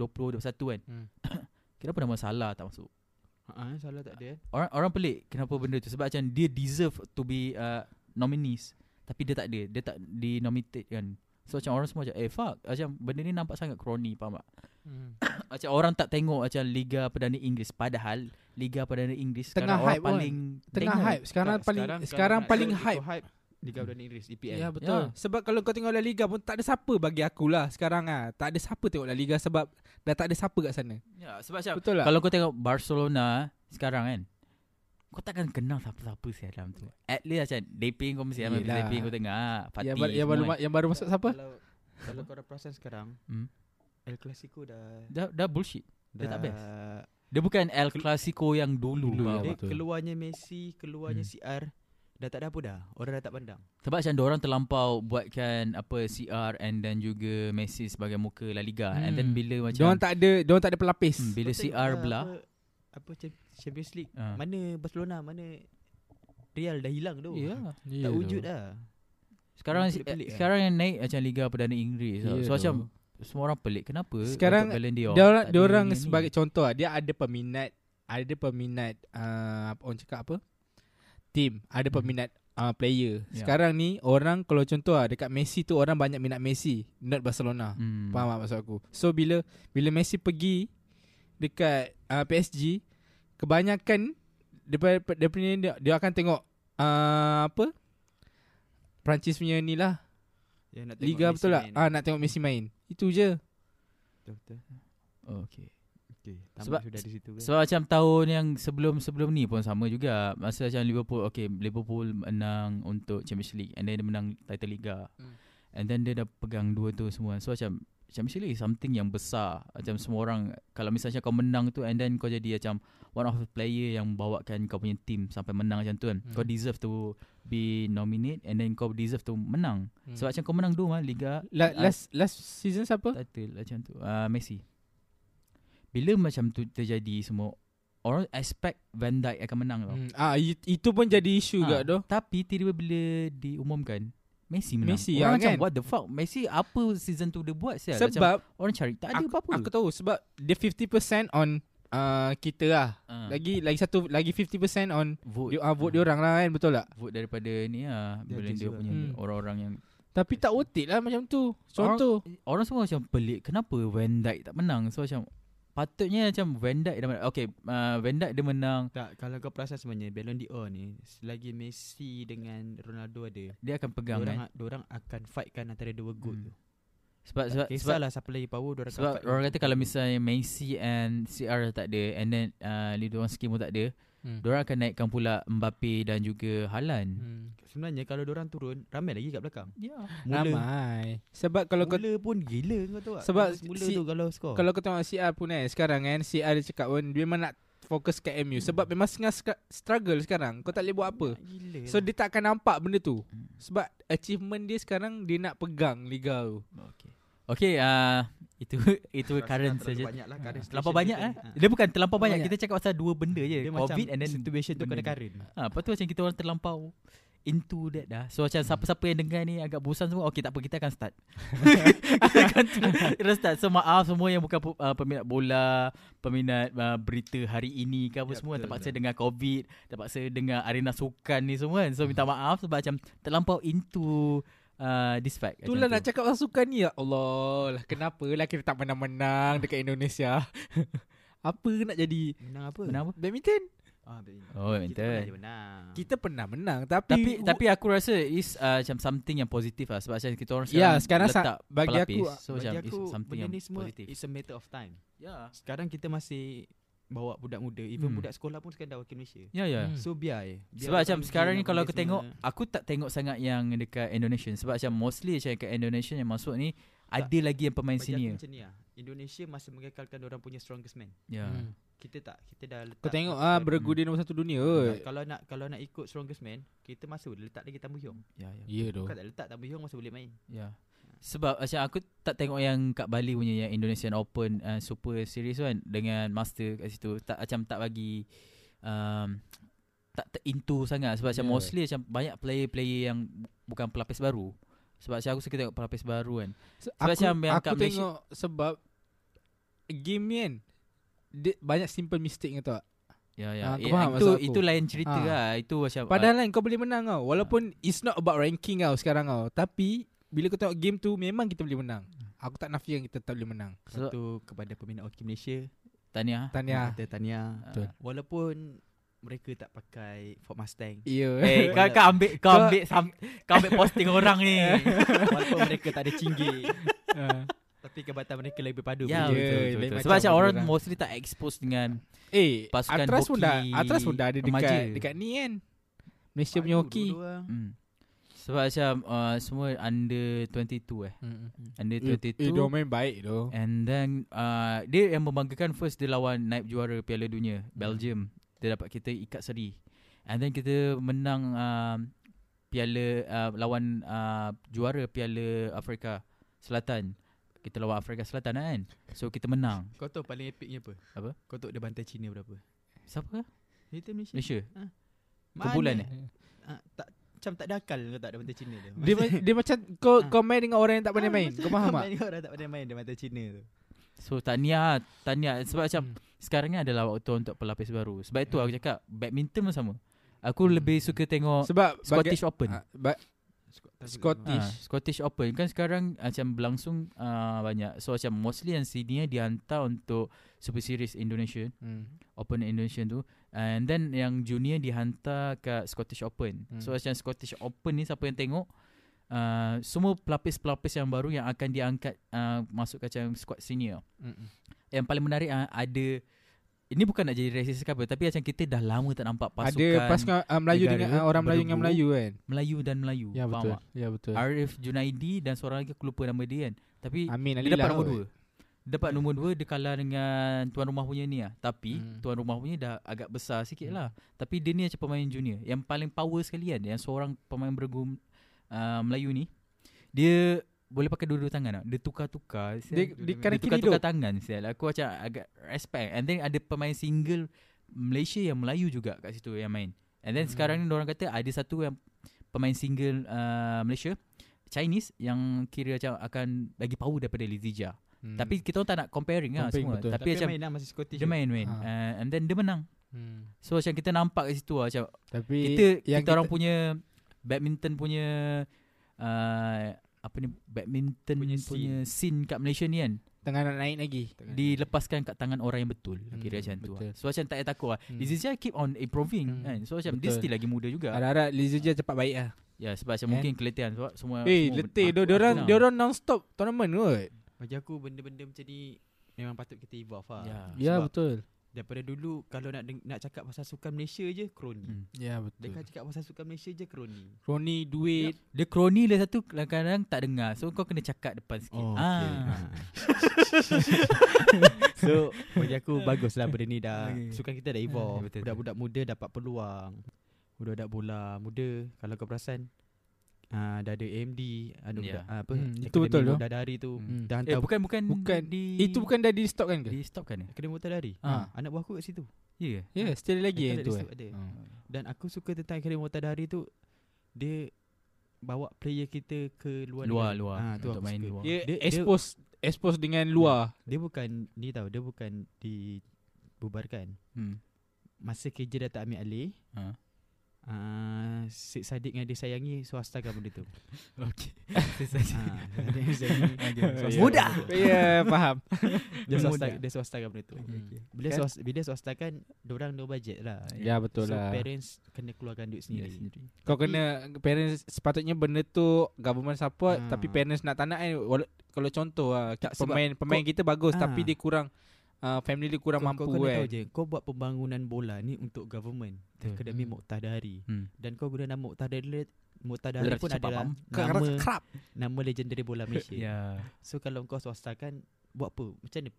A: 19 uh, 20 21 kan.
C: Hmm.
A: Kira apa nama salah tak masuk
B: Ah salah tak ada eh.
A: orang orang pelik kenapa benda tu sebab macam dia deserve to be uh, nominees tapi dia tak ada dia tak dinominate kan so macam orang semua macam eh fuck macam benda ni nampak sangat kroni faham tak
C: Hmm.
A: macam orang tak tengok macam Liga Perdana Inggeris padahal Liga Perdana Inggeris sekarang
C: Tengah
A: orang
C: hype pun.
A: paling
C: Tengah
A: tengok.
C: hype sekarang
B: Tak,
C: paling
B: kalau
C: sekarang
B: nak
C: paling
B: ikut-
C: hype.
B: ikut hype Liga Perdana Inggeris EPL.
C: Ya betul.
A: Ya.
C: Sebab kalau kau tengok La Liga pun tak ada siapa bagi akulah sekarang ah. Tak ada siapa tengok La Liga sebab dah tak ada siapa kat sana.
A: ya sebab macam
C: Betul tak?
A: kalau kau tengok Barcelona sekarang kan kau takkan kenal siapa-siapa sih dalam tu at least macam Deping kau mesti ambil
C: Yelah. Ya,
A: Deping kau Ah, tengah Fatih
C: yang, baru, yang, baru,
A: semua kan.
C: ma- yang baru masuk siapa?
B: Kalau kalau kau dah perasan sekarang,
A: Hmm.
B: El Clasico dah
A: dah, dah bullshit Dia tak
B: dah-
A: best. dia bukan El Clasico yang dulu,
C: Dulu,
A: faham
C: ya.
A: tak?
B: Dia
C: betul.
B: keluarnya Messi, keluarnya
A: Hmm.
B: CR dah tak ada apa dah. Orang dah tak pandang.
A: Sebab macam orang terlampau buatkan apa CR and then juga Messi sebagai muka La Liga hmm. and then
C: Hmm.
A: bila macam
C: Diorang tak ada, diorang tak ada pelapis.
A: hmm, bila
B: Kau tengok
A: CR
B: lah
A: belah
B: apa, apa Cham- Champions League
A: Ah.
B: mana Barcelona mana Real dah hilang tu
A: ya
B: tak wujud lah. dah
A: sekarang
B: Pelik-pelik
A: eh,
B: kan?
A: sekarang yang naik macam Liga Perdana Inggeris tau.
C: Ya
A: so
C: tu.
A: macam semua orang pelik kenapa
C: Sekarang
A: untuk Ballon d'Or
C: Diorang,
A: tak ada
C: diorang
A: yang ni?
C: sebagai contoh ah, dia ada peminat ada peminat uh, orang cakap apa? Team, ada
A: Hmm.
C: peminat uh, player.
A: Ya.
C: Sekarang ni orang kalau contoh ah dekat Messi tu orang banyak minat Messi, not Barcelona.
A: hmm.
C: Faham tak maksud aku So bila Bila Messi pergi Dekat uh, PSG Kebanyakan Daripada Dia punya dia, dia akan tengok uh, Apa Perancis punya ni lah
B: ya, nak tengok
C: Liga
B: Messi
C: betul tak
B: main.
A: lah.
C: ah, Nak tengok Messi main Itu je.
B: Betul betul.
A: Oh, okay.
B: Okey, tamat
A: Sebab-
B: sudah di situ kan.
A: Sebab macam tahun yang sebelum-sebelum ni pun sama juga. Masa macam Liverpool, okay, Liverpool menang untuk Champions League and then dia menang title liga.
C: Hmm.
A: And then dia dah pegang dua tu semua. So macam Champions League is something yang besar. Macam semua orang kalau misalnya kau menang tu and then kau jadi macam one of the player yang bawakan kau punya team sampai menang macam tu kan.
C: Hmm.
A: Kau deserve to be nominate and then kau deserve to menang.
C: Hmm.
A: Sebab macam kau menang dua mah liga
C: La-
A: Ah.
C: last last season siapa?
A: title macam tu uh, Messi Bila macam tu terjadi semua Orang expect Van Dijk akan menang tau
C: Hmm. Ah it- itu pun jadi
A: Ah,
C: isu juga doh.
A: Tapi tiba-tiba bila diumumkan Messi menang
C: Messi,
A: Orang
C: ya,
A: macam
C: kan?
A: what the fuck Messi apa season tu dia buat sial Ya, macam,
C: Sebab
A: Orang cari tak ada
C: aku,
A: apa-apa
C: aku tahu sebab dia 50% on uh, kita lah.
A: Ah,
C: Lagi lagi satu lagi 50% on
A: vote,
C: dia, uh, vote dia orang lah kan betul tak?
A: vote daripada ni lah
B: Dia
A: Bila
B: ada
A: dia
B: juga.
A: punya
C: Hmm.
A: orang-orang yang
C: Tapi tak otik lah macam tu. Contoh.
A: Orang semua macam pelik Kenapa Van Dijk tak menang So macam Patutnya macam Van Dijk dah menang Okay uh, Van Dijk dia menang
B: tak kalau kau perasan sebenarnya Ballon d'Or ni selagi Messi dengan Ronaldo ada,
A: Dia akan pegang kan
C: ha-
B: orang orang akan fightkan antara dua goal
A: Hmm.
B: tu.
A: Sebab sebab,
B: Tak
A: sebab
B: kisahlah siapa lagi power orang
A: Sebab orang kata kalau misalnya Messi and CR tak ada and then uh, Lewandowski pun tak ada,
C: Hmm.
A: diorang akan naikkan pula Mbappe dan juga Haaland.
C: Hmm.
B: sebenarnya kalau orang turun ramai lagi kat belakang.
A: Ya. Yeah.
B: Mula
C: Ramai. Sebab kalau kau
B: mula pun gila kau tahu tak?
C: Sebab
B: mula
C: si-
B: tu kalau skor.
C: Kalau kau tengok CR pun eh Sekarang kan CR dia cakap pun Dia memang nak fokus kat MU Sebab memang tengah ska- struggle sekarang Kau tak boleh buat apa
B: gila.
C: So
B: lah.
C: dia tak akan nampak benda tu Sebab achievement dia sekarang Dia nak pegang Liga tu
A: Okay. Okay, uh, itu itu
B: Rasa
A: current
B: terlalu
A: saja.
B: Banyak lah current
A: Terlampau
B: situation kan.
A: banyak
B: kita
A: eh.
B: ni.
A: Dia bukan terlampau banyak.
C: Banyak.
A: Kita cakap pasal dua benda je.
B: Dia
A: COVID
B: macam
A: and then
B: situation tu
A: benda
B: kena
A: ni.
B: current.
A: Ha, lepas tu macam kita orang terlampau into that dah. So
B: Hmm.
A: macam siapa-siapa yang dengar ni agak bosan semua. Okay tak apa kita akan start. kita akan terus start. So maaf semua yang bukan pe- uh, peminat bola, peminat uh, berita hari ini ke apa
B: Ya,
A: semua
B: betul,
A: terpaksa
B: betul.
A: dengar COVID, terpaksa dengar arena sukan ni semua kan. So
B: Hmm.
A: minta maaf sebab macam terlampau into uh, this fact.
C: Itulah nak
B: lah,
A: Macam tu.
C: cakap pasal sukan ni Ya Allah lah Kenapa lah kita tak menang-menang Dekat Indonesia Apa nak jadi
B: Menang apa?
A: Menang apa?
C: Badminton
B: Ah, badminton.
A: Oh,
B: Kita
A: betul.
B: pernah je menang.
C: Kita pernah menang Tapi
A: Tapi tapi aku rasa is uh, macam something yang positif lah sebab macam kita orang
C: Ya sekarang
A: letak
C: sa- bagi aku
A: pelapis. so
B: Bagi
A: macam
B: aku,
A: is something
B: benda
A: yang
B: ni semua
A: positif.
B: It's a matter of time
A: Yeah.
B: Sekarang kita masih Bawa budak muda Even
A: Hmm.
B: budak sekolah pun sekarang dah wakil Malaysia
A: Ya ya.
C: Hmm.
B: So biar je biar
A: Sebab
B: orang
A: macam
B: pergi
A: sekarang ni
B: nak
A: kalau
B: benda
A: aku tengok
B: semua.
A: Aku tak tengok sangat yang dekat Indonesia Sebab macam mostly macam dekat Indonesia yang masuk ni
B: Tak.
A: Ada lagi yang pemain
B: Bagi aku
A: senior
B: macam ni lah Indonesia masih mengekalkan orang punya strongest man
A: Ya
C: Hmm.
B: Kita tak Kita dah letak
C: Kau tengok ah Bergu dia nombor satu dunia kot.
B: Kalau nak kalau nak ikut strongest man Kita masih boleh letak lagi Tan Buyong
A: Ya ya
C: Ya tu
B: Kau tak letak Tan Buyong masih boleh main
A: ya Sebab macam aku tak tengok yang kat Bali punya Yang Indonesian Open uh, Super Series tu kan Dengan Master kat situ tak, Macam tak bagi um, Tak ter- into sangat Sebab macam
C: Ya.
A: mostly macam Banyak player-player yang Bukan pelapis baru Sebab macam aku suka tengok pelapis baru kan
C: Se-
A: Sebab
C: aku,
A: macam yang
C: aku
A: kat Malaysia-
C: tengok sebab game ni kan dia banyak simple mistake kau tahu tak.
A: Ya
C: Ah,
A: ya
C: kau
A: Eh,
C: faham
A: Itu
C: maksud aku?
A: itu lain cerita
C: Ah.
A: lah Itu macam ah,
C: Padahal kan kau boleh menang kau walaupun it's not about ranking kau sekarang kau tapi bila kau tengok game tu memang kita boleh menang. Aku tak nafikan kita tak boleh
A: ah,
C: menang.
B: Lepas tu kepada peminat wakil Malaysia
A: Tahniah ah.
C: Tahniah.
B: Kita tanya
C: Betul.
B: Walaupun Mereka tak pakai Ford Mustang
C: Ya.
A: Eh, kau, kau ambil kau
C: Kau- Ya,
A: ambil sam, kau ambil posting orang ni.
B: Eh, Walaupun mereka tak ada cinggir
C: Ha.
B: Tapi kebatan mereka lebih padu
A: ya,
C: betul,
A: betul, betul,
C: lain
A: betul.
C: macam lah.
A: Sebab macam orang
C: orang.
A: mostly tak expose dengan
C: Eh,
A: Pasukan
C: Atras pun
A: hoki
C: dah Atras pun dah ada dekat
A: remaja.
C: dekat ni kan. Malaysia punya hoki.
A: hmm, sebab macam uh, semua under 22 eh. Under
C: Hmm. Eh, dia
A: 22.
C: main baik tu.
A: And then uh, dia yang membanggakan first dia lawan naib juara Piala Dunia Belgium. Dia dapat kita ikat seri. And then kita menang uh, Piala uh, lawan uh, juara Piala Afrika Selatan. Kita lawan Afrika Selatan kan. So kita menang.
B: Kau tahu paling epicnya apa?
A: Apa?
B: Kau tahu dia bantai Cina berapa?
A: Siapa?
B: Kita Malaysia.
A: Malaysia.
C: Ah.
B: Mana?
A: bulan eh?
B: Ah, tak macam tak ada akal kau tak ada bantai Cina dia.
C: Dia, ma- dia macam kau
B: Ah.
C: kau main dengan orang yang tak pandai
B: Ah,
C: main.
B: betul.
C: Kau faham tak?
B: Main dengan orang tak pandai main dia bantai Cina tu.
A: So tahniah Tahniah Sebab macam
C: Hmm.
A: Sekarang ni adalah waktu untuk pelapis baru Sebab itu aku cakap Badminton pun sama Aku
C: Hmm.
A: lebih suka tengok
C: Sebab baga-
A: Scottish Open
C: ah, ba-
A: ha,
C: Scottish.
A: Scottish Open Kan sekarang Macam berlangsung uh, Banyak So macam mostly yang senior Dihantar untuk Super Series Indonesia
C: Hmm.
A: Open Indonesia tu And then yang junior Dihantar kat Scottish Open
C: Hmm.
A: So macam Scottish Open ni Siapa yang tengok uh, semua pelapis-pelapis yang baru yang akan diangkat uh, masuk kacang squad senior.
C: Mm-mm.
A: Yang paling menarik uh, ada ini bukan nak jadi racist ke apa tapi macam kita dah lama tak nampak pasukan
C: Ada pasukan uh, Melayu
B: negara
C: dengan uh, orang Melayu dengan
B: bergabung.
C: Melayu kan.
A: Melayu dan Melayu.
C: Ya
A: faham
C: betul.
A: tak?
C: Ya betul.
A: Arif Junaidi dan seorang lagi aku lupa nama dia kan. Tapi
C: Amin
A: Dia dapat
C: Alilah.
A: nombor
C: kot.
A: 2 Dapat nombor 2 Dia kalah dengan Tuan rumah punya ni lah Tapi
C: Hmm.
A: Tuan rumah punya dah agak besar sikit
C: Hmm.
A: lah Tapi dia ni macam pemain junior Yang paling power sekali kan Yang seorang pemain bergum uh, Melayu ni Dia boleh pakai dua-dua tangan tau Dia tukar-tukar sial.
C: Dia- dia kanan kiri
A: tukar-tukar
C: dok.
A: tangan sial. Aku macam agak respect And then ada pemain single Malaysia yang Melayu juga kat situ yang main And then
C: Hmm.
A: sekarang ni orang kata Ada satu yang Pemain single uh, Malaysia Chinese Yang kira macam akan Bagi power daripada Lizija
C: Hmm.
A: tapi kita orang tak nak comparing lah
C: Comparing,
A: semua.
C: betul.
A: Tapi,
B: Tapi
A: macam
B: main lah masa Scottish
A: dia main main.
C: Ha.
A: Uh, and then dia menang.
C: Hmm.
A: So macam kita nampak kat situ lah macam
C: Tapi
A: kita kita,
C: yang
A: orang punya badminton punya uh, apa ni badminton punya,
B: Punya
A: punya scene kat Malaysia ni kan
C: tengah nak naik lagi.
A: dilepaskan kat tangan orang yang betul
C: Hmm,
A: kira macam tu
C: betul.
A: lah. so macam tak payah takut lah
C: Hmm.
A: This is just keep on improving
C: Hmm.
A: kan so macam dia
C: Betul.
A: still lagi muda juga
C: Harap-harap Lizzie cepat baik lah.
A: ya sebab macam
C: And-
A: mungkin keletihan sebab semua Ah,
C: Eh,
A: semua
C: letih.
A: aku-
C: Dia
A: aku
C: orang
A: senang.
C: dia orang non-stop tournament kot.
B: Bagi aku benda-benda macam ni memang patut kita evolve lah.
A: Ya.
C: Ya,
B: Sebab
C: betul.
B: daripada dulu kalau nak deng- nak cakap pasal sukan Malaysia je kroni.
A: Hmm.
B: Hmm.
C: Ya, betul.
B: Dekat cakap pasal sukan Malaysia je kroni.
C: Roni duit.
A: dia kroni dia satu kadang-kadang tak dengar so kau kena cakap depan sikit
B: Oh,
A: ah
B: so bagi aku baguslah benda ni
A: Okay.
B: dah. Okay. Sukan kita dah
A: Ah,
B: evolve.
A: betul, betul.
B: Budak-budak muda dapat peluang. Budak-budak bola muda kalau kau perasan uh, dah ada AMD, ada
A: Ya.
B: yeah. ah, apa?
C: Hmm, itu
B: Akademi
C: betul tu.
B: Mutadari tu.
A: Hmm.
C: Hmm.
B: Dah
A: Eh
B: hantar
A: bukan bukan
C: Bukan.
A: di
C: Ya, Itu bukan dah di stop kan ke?
A: di stop kan?
B: Akademi Mutadari.
C: Ah.
A: Ha.
B: Anak buah aku kat situ.
A: Ya. Ah.
C: Ya, yeah, still lagi
B: Aku
C: yang
B: tak ada
C: tu. eh.
B: sebut ada.
C: Hmm.
B: Dan aku suka tentang Akademi Mutadari tu dia bawa player kita ke luar
A: Luar
B: negara.
A: luar
B: Ah, tu
A: untuk
B: aku
A: main
B: suka.
A: luar.
C: Dia,
B: Dia- dia-
C: expose expose dengan luar.
B: Dia bukan ni tau, dia bukan dibubarkan.
A: Hmm.
B: Masa kerja dah tak ambil alih,
A: Ha.
B: Uh, Syed Saddiq yang dia sayangi Swastakan benda tu
A: Okey. Selesai.
B: Ah, Syed Saddiq yang sayangi
A: Okay.
B: swasta-
A: Mudah.
C: Ya, yeah, faham.
B: Dia swasta
A: Mudah.
B: Dia swastakan benda tu
A: Okey, okey.
B: Bila
C: Kan?
B: swasta, bila swastakan Diorang no budget lah
C: Ya, betul
B: So
C: lah.
B: parents Kena keluarkan
A: Ya,
B: duit sendiri
A: sendiri.
C: Kau kena parents sepatutnya benda tu government support
B: Ah.
C: tapi parents nak tak nak kan wala- kalau contoh lah
B: Tak, sebab
C: pemain pemain kita bagus
B: Ah.
C: tapi dia kurang uh, family dia kurang mampu
B: kau kena
C: kan.
B: tahu je Kau buat pembangunan bola ni Untuk government
A: Betul.
B: Akademi
C: Hmm.
B: Moktadari
A: Hmm.
B: Dan kau guna nama Moktadari Moktadari
A: Dari
B: pun adalah Nama
A: kerap.
B: Nama legendary bola Malaysia
A: Ya.
B: So kalau kau swastakan Buat apa Macam mana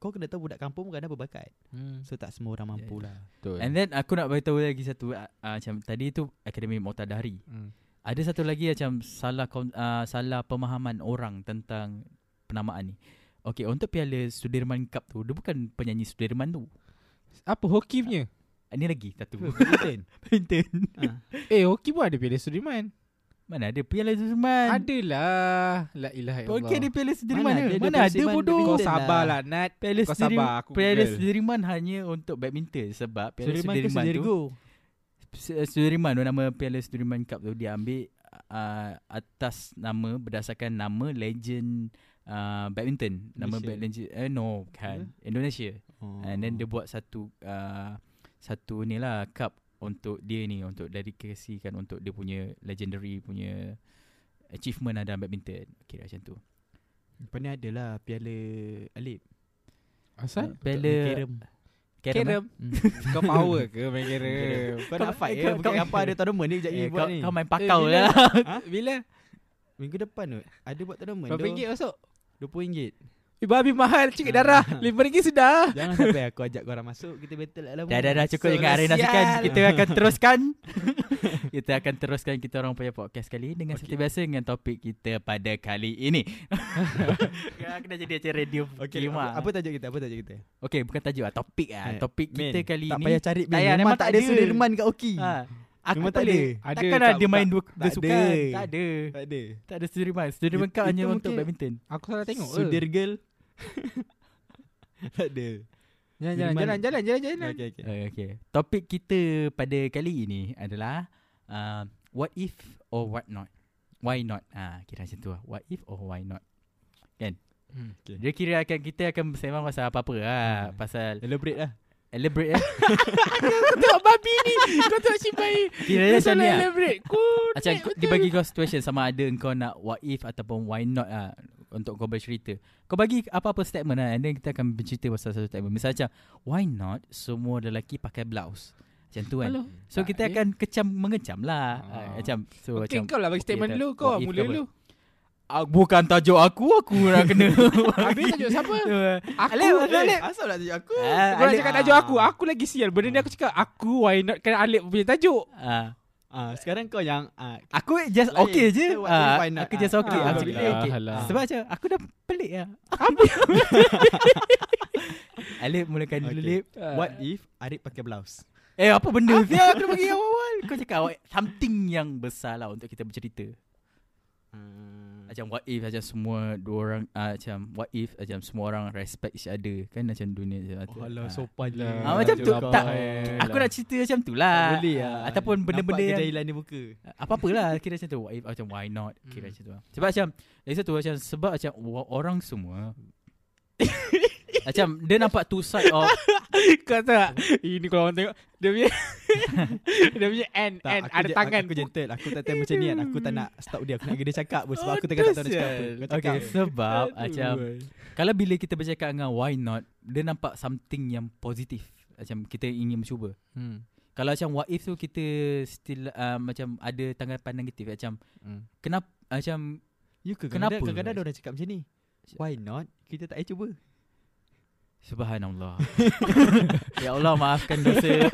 B: Kau kena tahu budak kampung Bukan ada berbakat
C: Hmm.
B: So tak semua
A: Ya,
B: orang mampu lah
C: Betul.
A: And then aku nak beritahu lagi satu ah, ah, macam tadi tu Akademi Mutadari.
C: Hmm.
A: Ada satu lagi macam salah kon- ah, salah pemahaman orang tentang penamaan ni. Okey, untuk Piala Sudirman Cup tu, dia bukan penyanyi Sudirman tu.
C: Apa hoki punya?
A: Ini lagi satu.
B: Badminton
A: Badminton.
B: Ah.
C: Eh hoki pun ada Piala Sudirman.
A: Mana ada Piala Sudirman?
C: Adalah. La ilaha illallah.
A: Okey, ada Piala Sudirman.
B: Mana
A: Mana,
B: ada?
A: mana
B: Dia
A: ada
B: Sudirman
A: bodoh.
C: Kau
B: Badminton
C: sabar
B: lah.
C: lah Nat.
A: Piala
C: Kau
A: Sudirman-
C: sabar aku
A: Piala
C: Google.
A: Sudirman hanya untuk badminton sebab Piala
B: Sudirman
A: Sudirman,
B: ke
A: tu
B: Sudirgo
A: Su- Sudirman tu nama Piala Sudirman Cup tu dia ambil uh, atas nama berdasarkan nama legend uh, badminton nama
B: Malaysia.
A: bad legend eh, no kan Indonesia
B: oh.
A: and then dia buat satu uh, satu ni lah cup untuk dia ni untuk dedikasikan untuk dia punya legendary punya achievement ada dalam badminton kira macam tu
B: Pernah ada lah Piala Alip
C: Asal?
A: Piala
B: Kerem
A: Kerem
C: Kerem. Kau power ke main kerem? Eh,
B: Kau
A: Kau-
B: nak fight
A: kau-
B: ke Bukan
A: kau-
B: apa ada tournament ni Sekejap
A: eh,
B: you buat
A: kau,
B: ni
A: kau main pakau
C: Eh, bila- Ha?
A: lah
C: Bila?
B: Minggu depan tu Ada buat tournament
C: Berapa
B: tu
C: ringgit masuk?
B: RM20
C: Eh, babi mahal cik darah. Lima ringgit sudah.
B: Jangan sampai aku ajak korang masuk Kita battle lah lama
A: Dah dah dah cukup
C: So,
A: dengan arena
C: sial.
A: sukan Kita akan teruskan Kita akan teruskan kita orang punya podcast kali ini Dengan okay. seperti biasa dengan topik kita pada kali ini Aku dah jadi macam radio
B: Okay, apa,
A: Kimak
B: apa tajuk kita? Apa tajuk kita?
A: Okay bukan tajuk lah topik lah
B: lah. Eh,
A: Topik kita
B: Min,
A: kali
B: tak
A: ini
B: payah cari
A: Tak payah,
B: Memang, memang tak ada Sudirman kat Oki
A: ha, Aku
B: Memang
A: tak
B: tak
A: boleh
C: ada.
A: Takkan
C: Ada,
A: ada,
C: tak
A: dia main
C: buka.
A: dua, dua
B: Tak
A: sukan
B: ada.
A: Tak ada
B: Tak ada
A: Tak ada Sudirman Sudirman
B: Itu-
A: Cup hanya
B: itu
A: untuk
B: mungkin-
A: badminton
C: Aku salah tengok ke?
B: Sudir girl Tak ada
C: Jalan jalan
B: Sudirman.
C: jalan jalan jalan jalan.
B: Okay okay
A: Okay, okay. Topik kita pada kali ini adalah uh, what if or what not. Why not? Ah, kira macam tu lah. What if or why not.
B: Hmm, okay.
A: Dia kira akan kita akan sembang pasal apa-apa lah.
B: Hmm.
A: Pasal
B: Elaborate lah
A: Elaborate eh
C: Kau tengok babi ni Kau tengok cipai
A: Kira dia
C: Kau
A: macam ni
C: nak
A: lah
C: elaborate Kau
A: Macam kau- dia bagi kau situation Sama ada kau nak What if Ataupun why not lah Untuk kau bercerita Kau bagi apa-apa statement lah And then kita akan bercerita Pasal satu statement Misalnya macam Why not Semua lelaki pakai blouse Macam tu kan
C: Hello.
A: So kita
C: Okay.
A: akan Kecam mengecam lah
C: Ah.
A: Ah, Macam So
C: Okay
A: macam
C: kau lah bagi statement
A: okay,
C: dulu
A: tak-
C: Kau
A: what
C: lah
A: if
C: mula
A: kau
C: dulu
A: ah, Bukan tajuk aku Aku nak kena
C: Habis tajuk siapa Aku
A: Alif, Alif,
C: Alip
A: Alif.
B: Asal nak tunjuk aku
A: Ah,
C: Kau nak
A: Alif.
C: cakap
B: ah.
C: tajuk aku Aku lagi sial Benda ni aku cakap Aku why not Kena Alip punya tajuk
A: Ah.
B: ah, Sekarang kau yang ah,
A: Aku just
B: Lain.
A: okay je
B: So, what
A: Ah,
B: if why not?
A: Aku just
B: Ah.
A: okay
B: Ah,
A: Aku
B: boleh.
A: cakap okay
C: Alah.
A: Sebab macam Aku dah pelik lah Alip mulakan dulu
B: Okay.
A: Alip
C: Ah.
B: What if Arif pakai blouse
A: Eh apa benda Apa aku dah bagi awal-awal Kau cakap awal Something yang besar lah Untuk kita bercerita
B: Hmm.
A: Macam what if Macam semua Dua orang ah, Macam what if Macam semua orang respect each other Kan macam dunia macam tu.
B: Oh alah
A: Ah.
B: sopan je
A: Ah, macam tu, tak. Aku nak cerita macam tu lah
B: Tak boleh lah
A: Ah, Ataupun benda-benda
B: Nampak
A: yang
B: kejahilan dia muka
A: apa-apa lah kira macam tu What if, macam why not kira
B: Hmm.
A: macam tu lah. sebab macam lagi satu macam sebab macam wa- orang semua macam dia nampak two side of
C: Kau tahu tak Ini kalau orang tengok Dia punya Dia punya end
B: tak,
C: End
B: aku
C: Ada
B: je-
C: tangan
B: Aku gentle Aku tak time macam ni kan Aku tak nak stop dia Aku nak dia cakap pun Sebab aku tengah tak tahu nak cakap apa Kau cakap
A: okay sebab macam kalau bila kita bercakap dengan why not dia nampak something yang positif macam kita ingin mencuba
C: Hmm.
A: kalau macam what if tu kita still uh, macam ada tanggapan negatif macam
C: Hmm.
A: kenapa macam
B: You ke
A: Kenapa?
B: kadang-kadang Kadang-kadang ada orang cakap macam ni Why not Kita tak payah cuba
A: subhanallah ya Allah maafkan dosa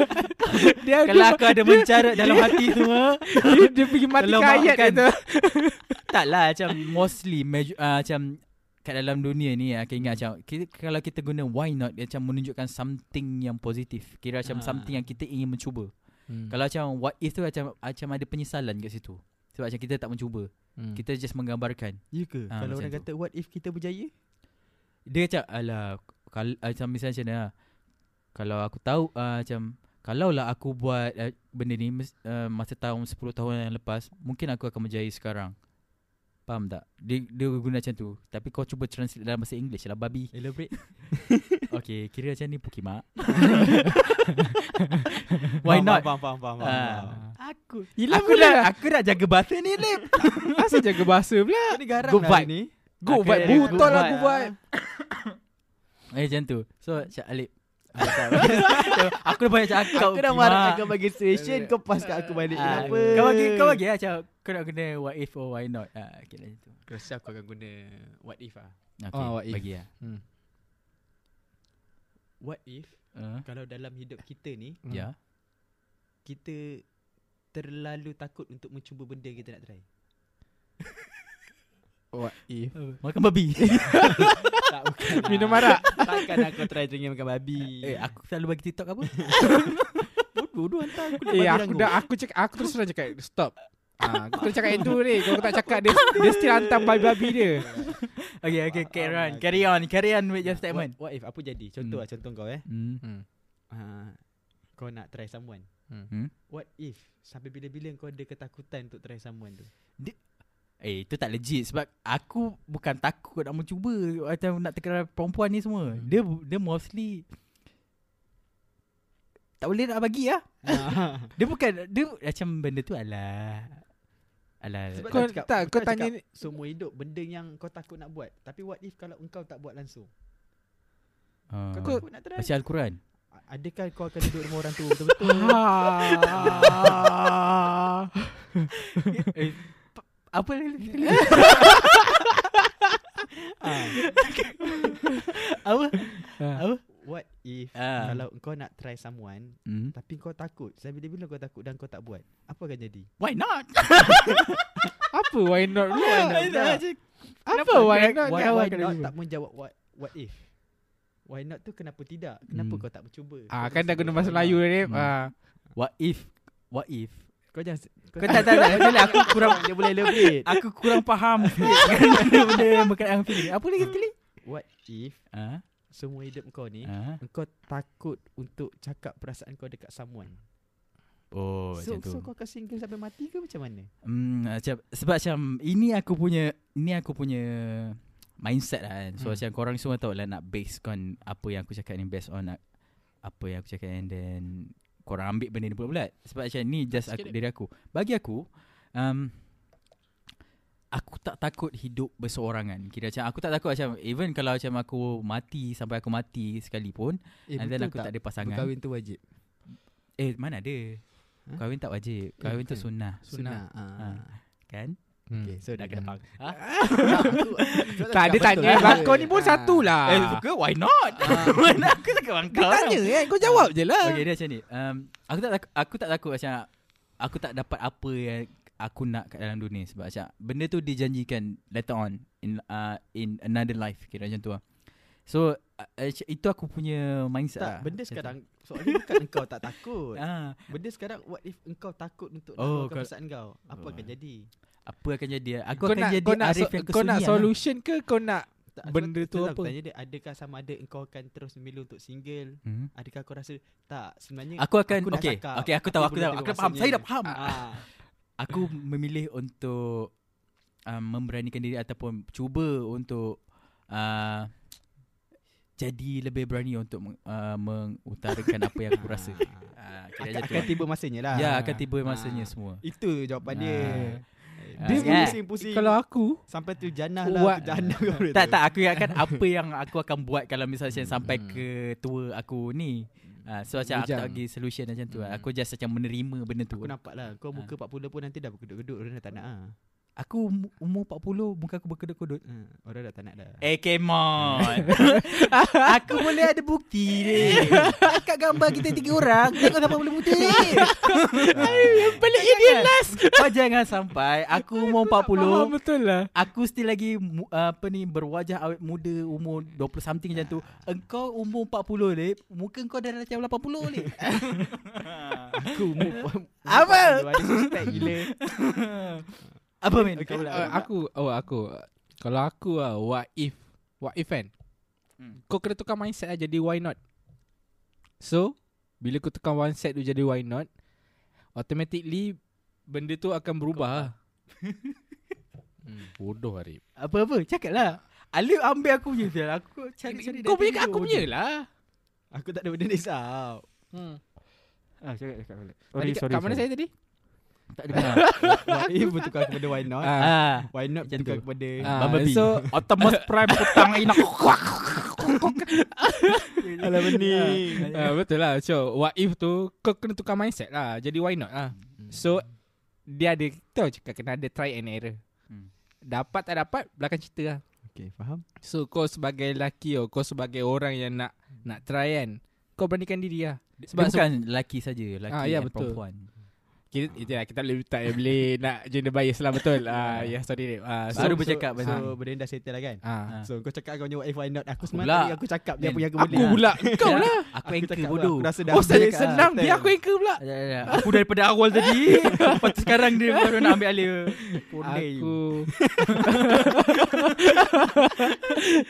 C: Dia
A: kalau aku ada mencarut dalam hati semua
C: dia, dia pergi mati
A: Kalau
C: ke ayat
A: makan.
C: kata.
A: Tak lah macam mostly maju, uh, macam kat dalam dunia ni aku ingat macam kita, kalau kita guna why not dia macam menunjukkan something yang positif. Kira macam
B: Ah.
A: something yang kita ingin mencuba. Kalau macam what if tu macam macam ada penyesalan kat situ. Sebab macam kita tak mencuba.
C: Hmm.
A: Kita just menggambarkan.
B: You ya ke
A: Ah,
B: Kalau
A: macam
B: orang
A: tu.
B: kata What if kita berjaya
A: Dia macam alah kalau macam misalnya macam mana lah. Kalau aku tahu uh, macam kalau lah aku buat uh, benda ni mes- uh, masa tahun 10 tahun yang lepas, mungkin aku akan berjaya sekarang. Faham tak? Dia, dia guna macam tu. Tapi kau cuba translate dalam bahasa English lah babi.
B: Elaborate
A: Okay, kira macam ni Pukimak. Why
B: Faham,
A: not? lah.
B: Faham faham faham, faham,
A: Ah.
B: faham.
A: Aku
C: Yelah
A: aku
C: pula.
A: dah, aku dah jaga bahasa ni, Lip.
C: Asal jaga bahasa pula.
B: Kau ni garang
C: Good
B: lah
C: vibe.
B: ni
C: Go
A: Aku
C: buat
A: ada good
C: butol
A: vibe.
C: aku buat.
A: eh, macam tu. So, Cak Alip. Ah, aku dah banyak cakap
B: Aku dah
A: Pukimak.
B: marah kau bagi station Kau pas kat aku balik
A: Ah,
B: Kenapa
A: Kau bagi, kau bagi lah macam kau nak guna what if or why not. Ah, okay, macam tu.
B: Rasa aku akan guna What if ah
A: Okay,
C: Ah, what if.
A: bagi lah.
B: What if
A: Uh,
B: Kalau dalam hidup kita ni
C: Hmm.
A: Ya. Yeah.
B: Kita Terlalu takut Untuk mencuba benda yang kita nak try
C: What if?
A: Oh. Makan babi.
B: Tak bukan lah.
C: Minum arak.
B: Takkan aku try drinking makan babi
A: eh, aku selalu bagi TikTok apa?
B: bodoh hantar aku
C: Eh aku dah aku cek aku terus terang cakap stop. Ah, aku kena cakap itu ni. Kalau aku tak cakap dia dia still hantam babi-babi dia.
A: Okay, okay,
B: Faham
A: carry
B: lah,
A: on. Carry on, carry on with your statement.
B: What, what if apa jadi Contoh
A: Hmm.
B: lah contoh kau eh
A: Hmm.
B: ha, Kau nak try someone
A: Hmm.
B: What if Sampai bila-bila kau ada ketakutan Untuk try someone tu
A: Eh itu tak legit sebab aku bukan takut nak mencuba macam nak terkenal perempuan ni semua. Dia dia mostly tak boleh nak bagi lah.
B: Ah.
A: Dia bukan dia macam benda tu alah. Alah. ah.
B: Sebab
C: Kau
B: tak cakap-
C: tak kau
B: tak
C: tanya ni.
B: Seumur hidup Benda yang kau takut nak buat Tapi what if Kalau engkau tak buat langsung
A: uh,
B: Kau
A: kau
B: takut nak try
A: baca Al-Quran.
B: A- Adakah kau akan duduk rumah orang tua Betul-betul
C: Ah.
A: eh, pa- apa lagi?
B: Ah.
A: apa?
B: What if
A: Ah.
B: Kalau engkau nak try someone
A: Hmm.
B: Tapi kau takut Sampai bila-bila kau takut Dan kau tak buat Apa akan jadi
A: Why not?
C: Apa why not? pula? Apa
A: Kenapa
C: why
A: kena-
C: not?
B: Why,
C: Kenapa
B: why
C: kena
B: not
C: cuba?
B: tak menjawab what what if? Why not tu kenapa tidak? Kenapa
A: Hmm.
B: kau tak mencuba?
C: Ah
B: Kau
C: kan
B: jangan
C: dah guna
B: sebut
C: bahasa
B: why
C: Melayu
B: not.
C: ni.
A: Hmm.
C: Ah.
A: What if? What if?
B: Kau jangan se-
A: Kau tak tak tak macam ni aku kurang
B: dia boleh elaborate.
A: aku kurang faham sikit dengan benda-benda yang berkaitan dengan feeling. Apa lagi sekali?
B: What if
A: Ah.
B: semua hidup kau ni
A: Ah.
B: Engkau takut untuk cakap perasaan kau dekat someone
A: Oh
B: so,
A: macam tu
B: so kau akan single sampai mati ke macam mana?
A: Hmm, macam, sebab macam ini aku punya ini aku punya mindset lah kan. So hmm.
C: Hmm.
A: macam korang semua tahu lah nak base on apa yang aku cakap ni based on uh, apa yang aku cakap and then korang ambil benda ni bulat-bulat. Sebab macam ni just aku, diri aku. Bagi aku, um, aku tak takut hidup berseorangan. Kira macam aku tak takut macam even kalau macam aku mati sampai aku mati sekalipun
B: Eh,
A: eh, and then
B: betul
A: aku tak, tak ada pasangan.
B: Berkahwin tu wajib
A: Eh mana ada?
B: Ha?
A: Kahwin tak wajib. Kahwin tu
B: bukan.
A: sunnah.
B: Sunnah ha.
A: Ha. Kan?
C: Hmm.
B: Okay so dah kena
C: Tak ada tanya
B: eh?
C: Abang kau ni pun
B: Ah.
C: satu lah Ah.
A: Eh suka why not? Mana aku suka bangkau.
C: Tanya kan Kau jawab je lah
A: Okay dia macam ni. Um, aku tak takut, aku tak takut macam aku tak dapat apa yang aku nak kat dalam dunia sebab macam benda tu dijanjikan later on in uh, in another life kira macam tu lah. So uh, ac- itu aku punya mindset
B: Tak
A: lah.
B: benda
A: Macam tu.
B: sekarang Soalnya bukan engkau tak takut
A: Ah,
B: Benda sekarang What if engkau takut Untuk
A: Oh,
B: oh,
A: kau-
B: perasaan kau
A: Oh.
B: Apa akan jadi
A: apa akan jadi? Aku
C: Kau
A: akan
C: nak,
A: jadi
C: kau nak,
A: Arif yang
C: so- kau nak
A: kesunyian lah.
C: solution ke Kau nak
B: tak,
C: Benda tu
B: sebab lah
C: apa?
B: Aku tanya dia Adakah sama ada Engkau akan terus memilih Untuk single
A: Hmm.
B: Adakah kau rasa Tak sebenarnya
A: Aku akan
B: Aku
A: aku
B: nak
A: okay,
B: cakap.
A: okay aku tahu
B: Aku
A: aku
B: boleh
A: tahu.
B: tengok
A: Aku dah faham. Saya
B: rasanya.
A: dah faham.
B: ah,
A: Aku memilih untuk um, memberanikan diri ataupun cuba untuk uh, jadi lebih berani untuk meng- uh, mengutarakan apa yang aku rasa. Uh,
B: Ah. akan, akan tiba masanya lah
A: Ya, akan tiba masanya
B: Ah.
A: semua.
B: Itu jawapan dia Eh,
A: Ah.
B: Dia
A: Ah.
B: pusing-pusing
C: Kalau aku
B: Sampai tu janah
C: What?
B: lah tu Jannah baru
A: Tak
B: tu.
A: tak aku ingatkan apa yang aku akan buat kalau misalnya sampai
B: Hmm.
A: ke tua aku ni. Uh, so macam aku
C: Bujang.
A: tak bagi solution macam tu. lah. Aku just macam menerima benda tu.
B: Hmm. Aku nampak lah Kau muka 40 pun nanti dah berkedut-kedut Orang dah tak nak ah.
A: Aku umur 40 muka aku berkedut-kedut.
B: Ah, Orang dah tak nak dah
A: Eh come on Aku boleh ada bukti ni Akak gambar kita tiga orang Tengok siapa boleh bukti ni Pelik ini last Kau Oh, jangan sampai Aku umur
C: Faham
A: 40
C: betul lah
A: Aku still lagi mu- apa ni berwajah awet muda umur 20 something macam tu. Engkau umur 40 ni, muka engkau dah macam 80 ni.
B: Aku umur
A: Apa?
B: Ada suspek gila
A: Apa men?
B: Okay,
A: Kau pula,
C: Uh,
A: kau pula.
C: aku oh aku kalau aku lah what if what if kan
A: Hmm.
C: kau kena tukar mindset lah jadi why not so bila kau tukar mindset tu jadi why not automatically benda tu akan berubah lah. hmm, bodoh Arif
A: apa-apa cakaplah. lah. Alif ambil aku je Fial. Aku cari-cari
C: kau punya
A: dari
C: kat aku
A: tidur
C: punya
A: je.
C: lah
B: Aku tak ada benda ni sah
C: hmm.
A: Ah, cakap cakap balik.
C: Tadi kat, kat mana saya tadi
A: Tak dengar.
B: Why if eh, bertukar kepada why not
C: Ah,
A: ah.
B: Why not
A: Macam
B: bertukar
A: tu.
B: kepada
C: ah,
A: Bumblebee.
C: so
A: Optimus Prime petang inak.
B: Alah benda
C: Ah, betul lah So what if tu Kau kena tukar mindset lah Jadi why not lah So Dia ada Tahu cakap kena ada try and error
A: Hmm.
C: Dapat tak dapat Belakang cerita lah
B: Okay faham
C: So kau sebagai lelaki oh, Kau sebagai orang yang nak Nak try kan Kau beranikan diri lah
A: Sebab
C: Sebab-
A: bukan lelaki saja, lelaki
C: Ah, ya,
A: dan
C: betul.
A: perempuan.
C: Kita, kita, kita boleh, tak boleh Nak gender bias lah betul ah, Ya yeah, sorry Rip ah, so,
A: Baru bercakap
B: So,
A: pasal-
B: so benda ni dah settle lah kan
C: ah.
A: Ah.
B: So kau cakap kau punya what if why not Aku
A: pula.
B: sebenarnya tadi aku cakap je apa yang aku
C: Aku
B: boleh
C: pula Kau lah
A: Aku anchor
B: cakap lah,
A: bodoh. Ya,
B: Aku rasa dah
C: Oh saya
B: cakap lah,
C: senang
B: settle.
C: Biar aku anchor pula
A: Tak, tak, tak. Aku daripada awal tadi Lepas tu sekarang dia baru nak ambil alih Pondek
C: Aku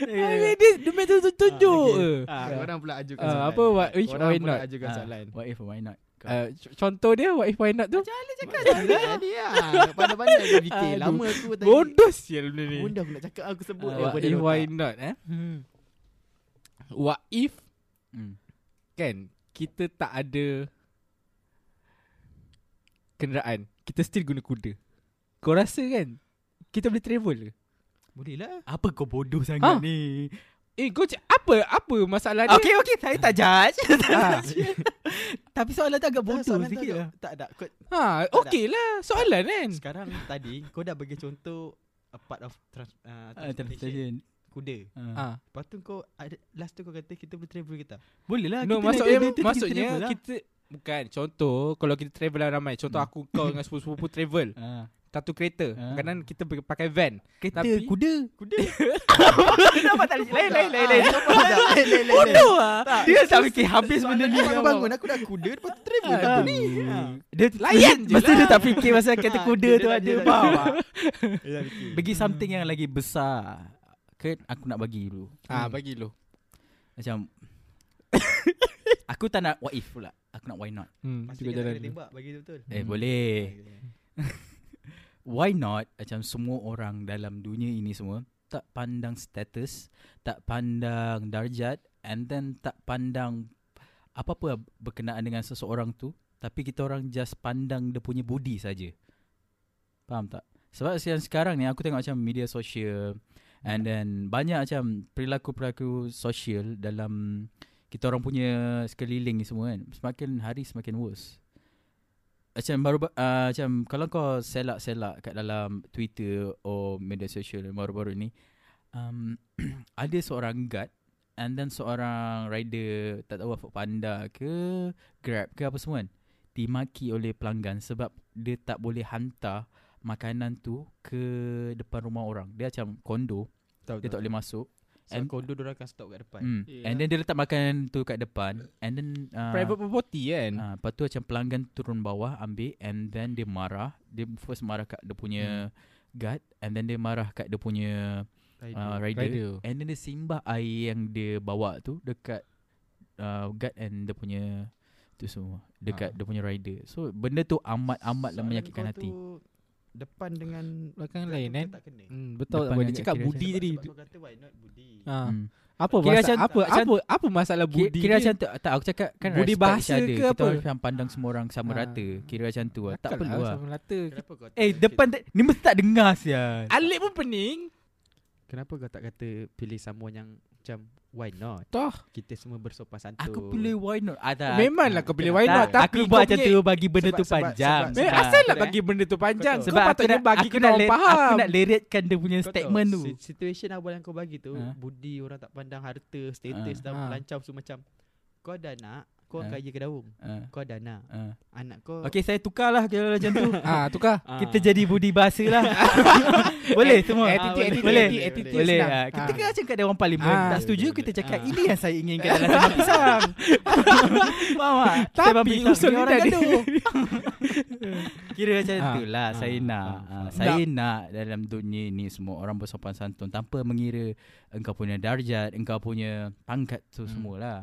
C: Dia dia main tunjuk-tunjuk eh.
B: Ah, Korang pula ajukan
C: Ah,
B: soalan
C: apa, what- which
B: Korang
C: why
B: pula
C: not?
A: kan
B: ajukan soalan
A: What if why not Kau-
C: Ah, c- Contoh dia What if why not tu
B: Cakap tadi lah Pandai-pandai aku fikir
C: Aduh.
B: Lama aku tadi
C: Bodoh sial benda ni
B: Bunda aku nak cakap Aku Hmm. sebut
C: Ah,
B: eh,
C: What
B: benda
C: if
B: tu
C: why
B: tak.
C: not eh What if
A: Hmm.
C: kan kita tak ada kenderaan. Kita still guna kuda. Kau rasa kan kita boleh travel ke?
B: Boleh lah
A: Apa kau bodoh
C: Ah.
A: sangat ni
C: Eh kau cak, apa apa masalah dia?
A: Okay okay Saya tak judge
C: Ah.
A: Tapi soalan tu agak
B: Tak,
A: bodoh
B: soalan tu
A: sikit
B: agak-
A: lah Hmm.
B: Tak tak Kau-
C: Ha, okay lah soalan kan.
B: Sekarang tadi Kau dah bagi contoh A part of trans, uh,
A: Ah, transportation.
B: transportation Kuda
A: Ah.
C: Ha.
B: Lepas tu kau ada, Last tu kau kata Kita boleh travel ke tak
A: Boleh lah
C: No
A: kita
C: maksudnya
A: naik kereta, kita
C: maksudnya
A: travel lah.
C: kita bukan contoh kalau kita travel lah ramai. Contoh
A: Hmm.
C: aku kau dengan sepupu-sepupu travel
A: Ah.
C: satu kereta.
A: Ah.
C: Kadang kita pergi pakai van.
A: Kereta
C: Tapi-
A: kuda
B: Kuda
A: Nampak tak Lain lain lain
B: Ah,
A: lain
B: Bodoh
A: lah Dia tak fikir habis benda ni
B: Aku bangun Aku dah kuda Lepas tu travel
A: Ah.
B: Apa ni Ah.
A: Dia
C: Layan je
A: Lepas tu
C: lah.
A: dia tak fikir Pasal kata
B: Ah,
A: kuda
B: dia
A: tu
B: tak-
A: ada
B: dia tak-
A: Faham tak?
B: Dia dah fikir.
A: Bagi something yang lagi besar Ke aku nak bagi dulu Hmm.
C: Ah bagi lu.
A: Macam Aku tak nak what if pula Aku nak why not
C: Hmm,
B: Pasti
C: juga
B: dia tak
C: jalan.
B: kena tembak Bagi dia betul
A: Eh
C: Hmm.
A: boleh Why not Macam semua orang dalam dunia ini semua Tak pandang status Tak pandang darjat And then tak pandang apa-apa berkenaan dengan seseorang tu tapi kita orang just pandang dia punya budi saja. Faham tak? Sebab yang sekarang ni aku tengok macam media sosial and then banyak macam perilaku-perilaku sosial dalam kita orang punya sekeliling ni semua kan. Semakin hari semakin worse. Macam baru uh, macam kalau kau selak-selak kat dalam Twitter or media sosial baru-baru ni um, ada seorang guard and then seorang rider tak tahu apa panda ke Grab ke apa semua kan dimaki oleh pelanggan sebab dia tak boleh hantar makanan tu ke depan rumah orang. Dia macam kondo,
B: Tahu
A: dia tak boleh masuk.
B: Sebab
A: And-
B: kondo diorang akan stop kat depan.
A: Mm.
C: Yeah.
A: And then dia letak makanan tu kat depan and then uh,
C: Private property kan
A: Ah, lepas tu macam pelanggan turun bawah ambil and then dia marah. Dia first marah kat dia punya
C: Hmm.
A: guard and then dia marah kat dia punya uh, rider.
C: Rider.
A: rider. And then dia simbah air yang dia bawa tu dekat uh, guard and dia punya tu semua dekat
C: Ah.
A: dia punya rider. So benda tu amat-amatlah lah menyakitkan hati.
B: Depan dengan
C: Belakang lain
B: tu
C: kan
B: tak kena.
C: hmm, Betul
A: Depan
C: tak boleh
A: dengan
C: Dia cakap
A: kiri
C: budi
A: saya.
C: tadi
B: Sebab kau kata why not budi.
C: ha.
A: Hmm.
C: Apa
A: Kira
C: masalah
A: macam-
C: apa,
A: macam-
C: apa apa masalah
A: Kira,
C: budi
A: kira
C: dia?
A: macam tu tak aku cakap kan
C: Budi
A: respect each
C: bahasa
A: other.
C: ke
A: Kita
C: apa?
A: orang macam pandang semua orang sama
C: Ah.
A: rata. Kira macam tu lah. Tak
C: Takkan
A: perlu lah.
C: sama rata.
B: Kenapa kau tak
A: Eh
B: kata-
A: depan de- ni mesti tak dengar sial.
C: Alip pun pening
B: Kenapa kau tak kata pilih someone yang macam why not?
C: Toh.
B: Kita semua bersopan santun.
A: Aku pilih why not. Ah, tak.
C: Memanglah kau pilih why not
A: Tak, aku
C: Tapi
A: buat
C: kau
A: macam
C: punya-
A: tu bagi benda
B: Sebab-
A: tu
B: sebab-
A: panjang. Ah. eh?
B: sebab-
C: Memang
B: Betul,
C: asal nak
B: betul,
C: bagi benda tu panjang
B: Betul.
C: Kau patutnya bagi kita orang
A: ler-
C: faham
A: Aku nak liratkan dia punya
B: Kau
A: statement
B: tahu,
A: tu.
B: si- Situation awal yang kau bagi tu
A: Ha.
B: Budi orang tak pandang harta Status
A: Ha.
B: dan
C: Ha.
B: lancau semua macam Kau ada anak Kau
A: Ha.
B: ha. kaya ke daung
A: Ah,
B: Kau ada anak
A: ah.
B: Anak kau
A: Okey, saya tukarlah kalau macam tu.
C: Ah, tukar
B: ha.
A: Kita jadi budi bahasa lah. boleh semua.
B: attitude,
A: Ah, boleh.
B: attitude,
A: boleh.
B: attitude,
A: Boleh.
B: attitude
A: Boleh.
C: senang.
A: Ah, Kita
C: Ah.
A: kan macam kat Dewan Parlimen.
C: Ah.
A: Tak setuju
B: Boleh,
A: kita
B: boleh.
A: cakap
B: Ah.
A: ini yang saya inginkan dalam sambal pisang. Faham tak?
C: Tapi
A: Sambal pisang ni
C: usul dia
A: orang
C: dah ada.
A: gaduh. Kira macam
C: Ah.
A: tu lah.
B: Ah.
A: Saya nak.
B: Faham,
A: Ah, Saya nak dalam dunia ni semua orang bersopan santun tanpa mengira engkau punya darjat, engkau punya pangkat tu
B: Hmm.
A: semualah.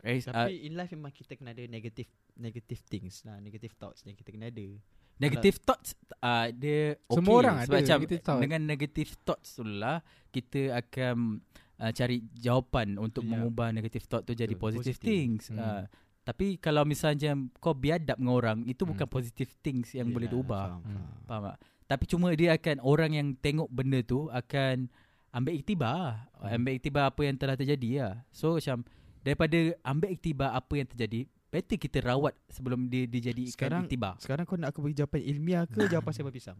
A: Res- ah,
B: Eh, Tapi in life memang kita kena ada Negative Negative things lah Negative thoughts yang kita kena ada
A: Negative thoughts uh, dia okay.
C: Semua orang
A: Sebab
C: ada
A: macam
C: negative thoughts.
A: dengan negative thoughts tu lah kita akan uh, cari jawapan untuk
B: Ya.
A: mengubah negative thought tu jadi
B: Betul,
A: positive,
B: positive.
A: things.
C: Hmm.
A: Uh, tapi kalau misalnya kau biadab dengan orang itu bukan positive things yang boleh
B: Yelah,
A: diubah.
B: faham,
C: Hmm.
B: faham.
A: Faham tak? Tapi cuma dia akan orang yang tengok benda tu akan ambil iktibar. lah.
B: Hmm.
A: Ambil iktibar apa yang telah terjadi lah. So macam daripada ambil iktibar apa yang terjadi, better kita rawat sebelum dia dijadikan
B: Sekarang-
A: iktibar.
B: Sekarang kau nak aku bagi jawapan ilmiah ke Jawapan sebar pisang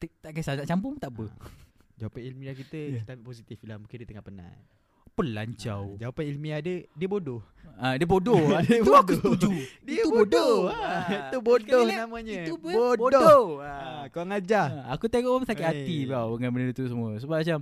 A: Tak, tak kisah nak campur pun tak apa.
B: Ha. Jawapan ilmiah kita
A: Ya.
B: Kita ambil positif lah Mungkin dia tengah penat
A: Pelancau.
B: ha. Jawapan ilmiah dia Dia bodoh
A: Ah dia bodoh.
B: Dia
A: Itu aku
B: bodoh.
A: setuju.
B: Dia
A: Itu
B: bodoh,
A: bodoh.
B: Ah,
A: Ah.
B: Itu bodoh
A: Kita relate,
B: namanya
A: Itu pun
B: Bodoh,
A: bodoh.
B: Ah,
A: Ah.
B: Kau ngajar
A: Ah, Aku tengok pun sakit hati
B: Eh.
A: tau dengan benda tu semua. Sebab macam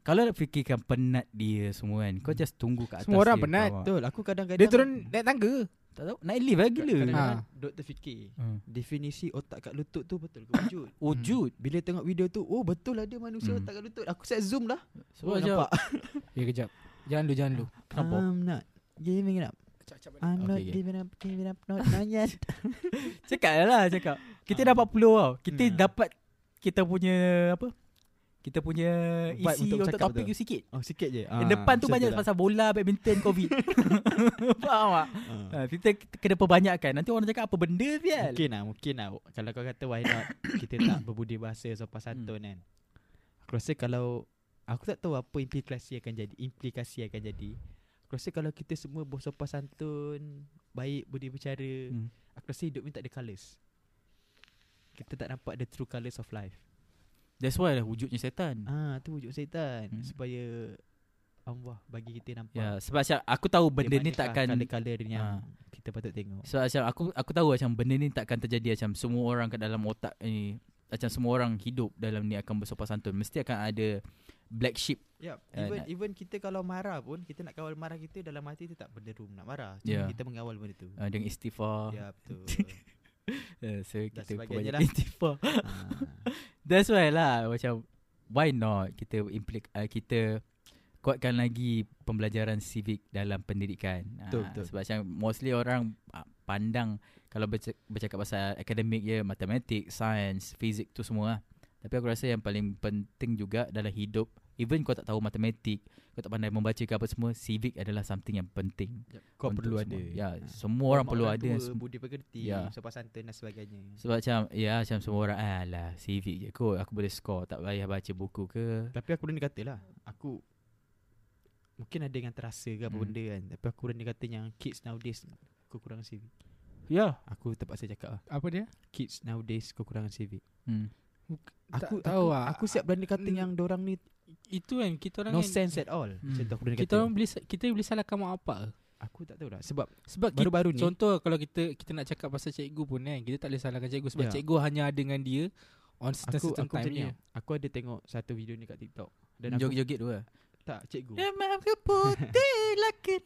A: kalau nak fikirkan penat dia semua kan.
B: Hmm.
A: Kau just tunggu kat atas
C: Semua orang
A: dia,
C: penat.
A: faham tak?
B: Betul aku kadang-kadang
C: Dia turun naik tangga
A: Tak tahu Naik lift lah gila
B: Kadang-kadang
C: Ha.
B: doktor fikir
A: Hmm.
B: Definisi otak kat lutut tu betul ke wujud
A: Wujud
B: Bila tengok video tu Oh betul ada manusia
A: Hmm.
B: otak kat lutut Aku set zoom lah
A: Sebab
B: oh,
A: macam
B: nampak
C: Ya kejap Jangan lu, jangan lu
A: Kenapa?
B: I'm not giving it up I'm
A: Okay,
B: not
A: okay.
B: giving up Giving up not, not yet
A: Cakap lah cakap Kita
B: Ah.
A: dapat peluang tau Kita
B: Hmm.
A: dapat Kita punya Apa Kita punya
B: Vibe
A: Isi
B: untuk
A: untuk,
B: bercakap
A: topik
B: tu.
A: tu sikit
B: Oh sikit je
A: Yang Depan tu lah. banyak pasal bola Badminton covid Faham tak
B: uh.
A: Ah, Kita kita kena perbanyakkan Nanti orang cakap apa benda sial
B: Mungkin lah Mungkin lah Kalau kau kata why not Kita tak berbudi bahasa
A: Hmm.
B: Sopan santun kan Aku rasa kalau Aku tak tahu apa implikasi akan jadi Implikasi akan jadi Aku rasa kalau kita semua bersopan santun Baik budi bicara
A: Hmm.
B: Aku rasa hidup ni tak ada colours Kita tak nampak the true colours of life
A: That's why lah wujudnya setan
B: Ah tu wujud setan
A: Hmm.
B: hmm. Supaya Allah bagi kita nampak
A: Ya sebab macam Aku tahu
B: dia
A: benda ni
B: manakah
A: takkan
B: Colour-colour yang
A: Ah.
B: kita patut tengok
A: So macam aku aku tahu macam benda ni takkan terjadi macam semua orang kat dalam otak ni macam semua orang hidup dalam ni akan bersopan santun mesti akan ada black sheep.
B: Yep.
A: Eh,
B: Even
A: nak-
B: even kita kalau marah pun Kita nak kawal marah kita Dalam hati kita tak berderum nak marah Cuma
A: Ya.
B: yeah. kita mengawal benda tu
A: Uh, dengan istighfar yeah.
B: Ya betul
A: uh, So
B: Dan
A: kita
B: sebagainya
A: banyak
B: lah.
A: istighfar
B: Ah.
A: That's why lah Macam Why not Kita implik, uh, Kita Kuatkan lagi Pembelajaran civic Dalam pendidikan
B: Betul,
A: Ah,
B: betul.
A: Sebab macam Mostly orang ah, Pandang Kalau bercak, bercakap pasal Akademik je Matematik Sains Fizik tu semua lah. Tapi aku rasa yang paling penting juga Dalam hidup Even kau tak tahu matematik, kau tak pandai membaca ke apa semua, civic adalah something yang penting.
B: Kau
A: untuk
B: perlu
A: semua.
B: ada
A: Ya,
B: Ha.
A: semua orang perlu ada.
B: tua,
A: sem-
B: Budi pekerti
A: Ya.
B: yeah. Sopan santun dan sebagainya
A: Sebab macam Ya macam semua orang Alah civic je kot Aku boleh score Tak payah baca buku ke
B: Tapi aku renda kata lah Aku Mungkin ada yang terasa ke apa
A: Hmm.
B: benda kan Tapi aku renda kata yang Kids nowadays Kekurangan civic
C: Ya
B: Aku terpaksa cakap lah
C: Apa dia
B: Kids nowadays kekurangan civic
A: hmm.
C: Tak
B: Aku
C: tahu
B: aku,
C: lah.
B: aku siap berani kata
C: Hmm.
B: yang Diorang ni
C: Itu kan kita orang
B: No
C: kan,
B: sense at all
A: Hmm.
B: Macam tu aku renda kata
C: Kita orang boleh sa- Kita boleh salahkan mak apa
B: Aku tak tahu lah Sebab
C: Sebab kita,
B: baru-baru ni
C: Contoh kalau kita Kita nak cakap pasal cikgu pun kan Kita tak boleh salahkan cikgu Sebab
B: Ya.
C: cikgu hanya ada dengan dia On certain,
B: Aku
C: certain
B: aku
C: time
B: macam ni
C: je
B: tau. Aku ada tengok Satu video ni kat TikTok Dan aku
A: Joget-joget tu lah
B: Tak cikgu
C: Ya,
A: Demam ke putih lakin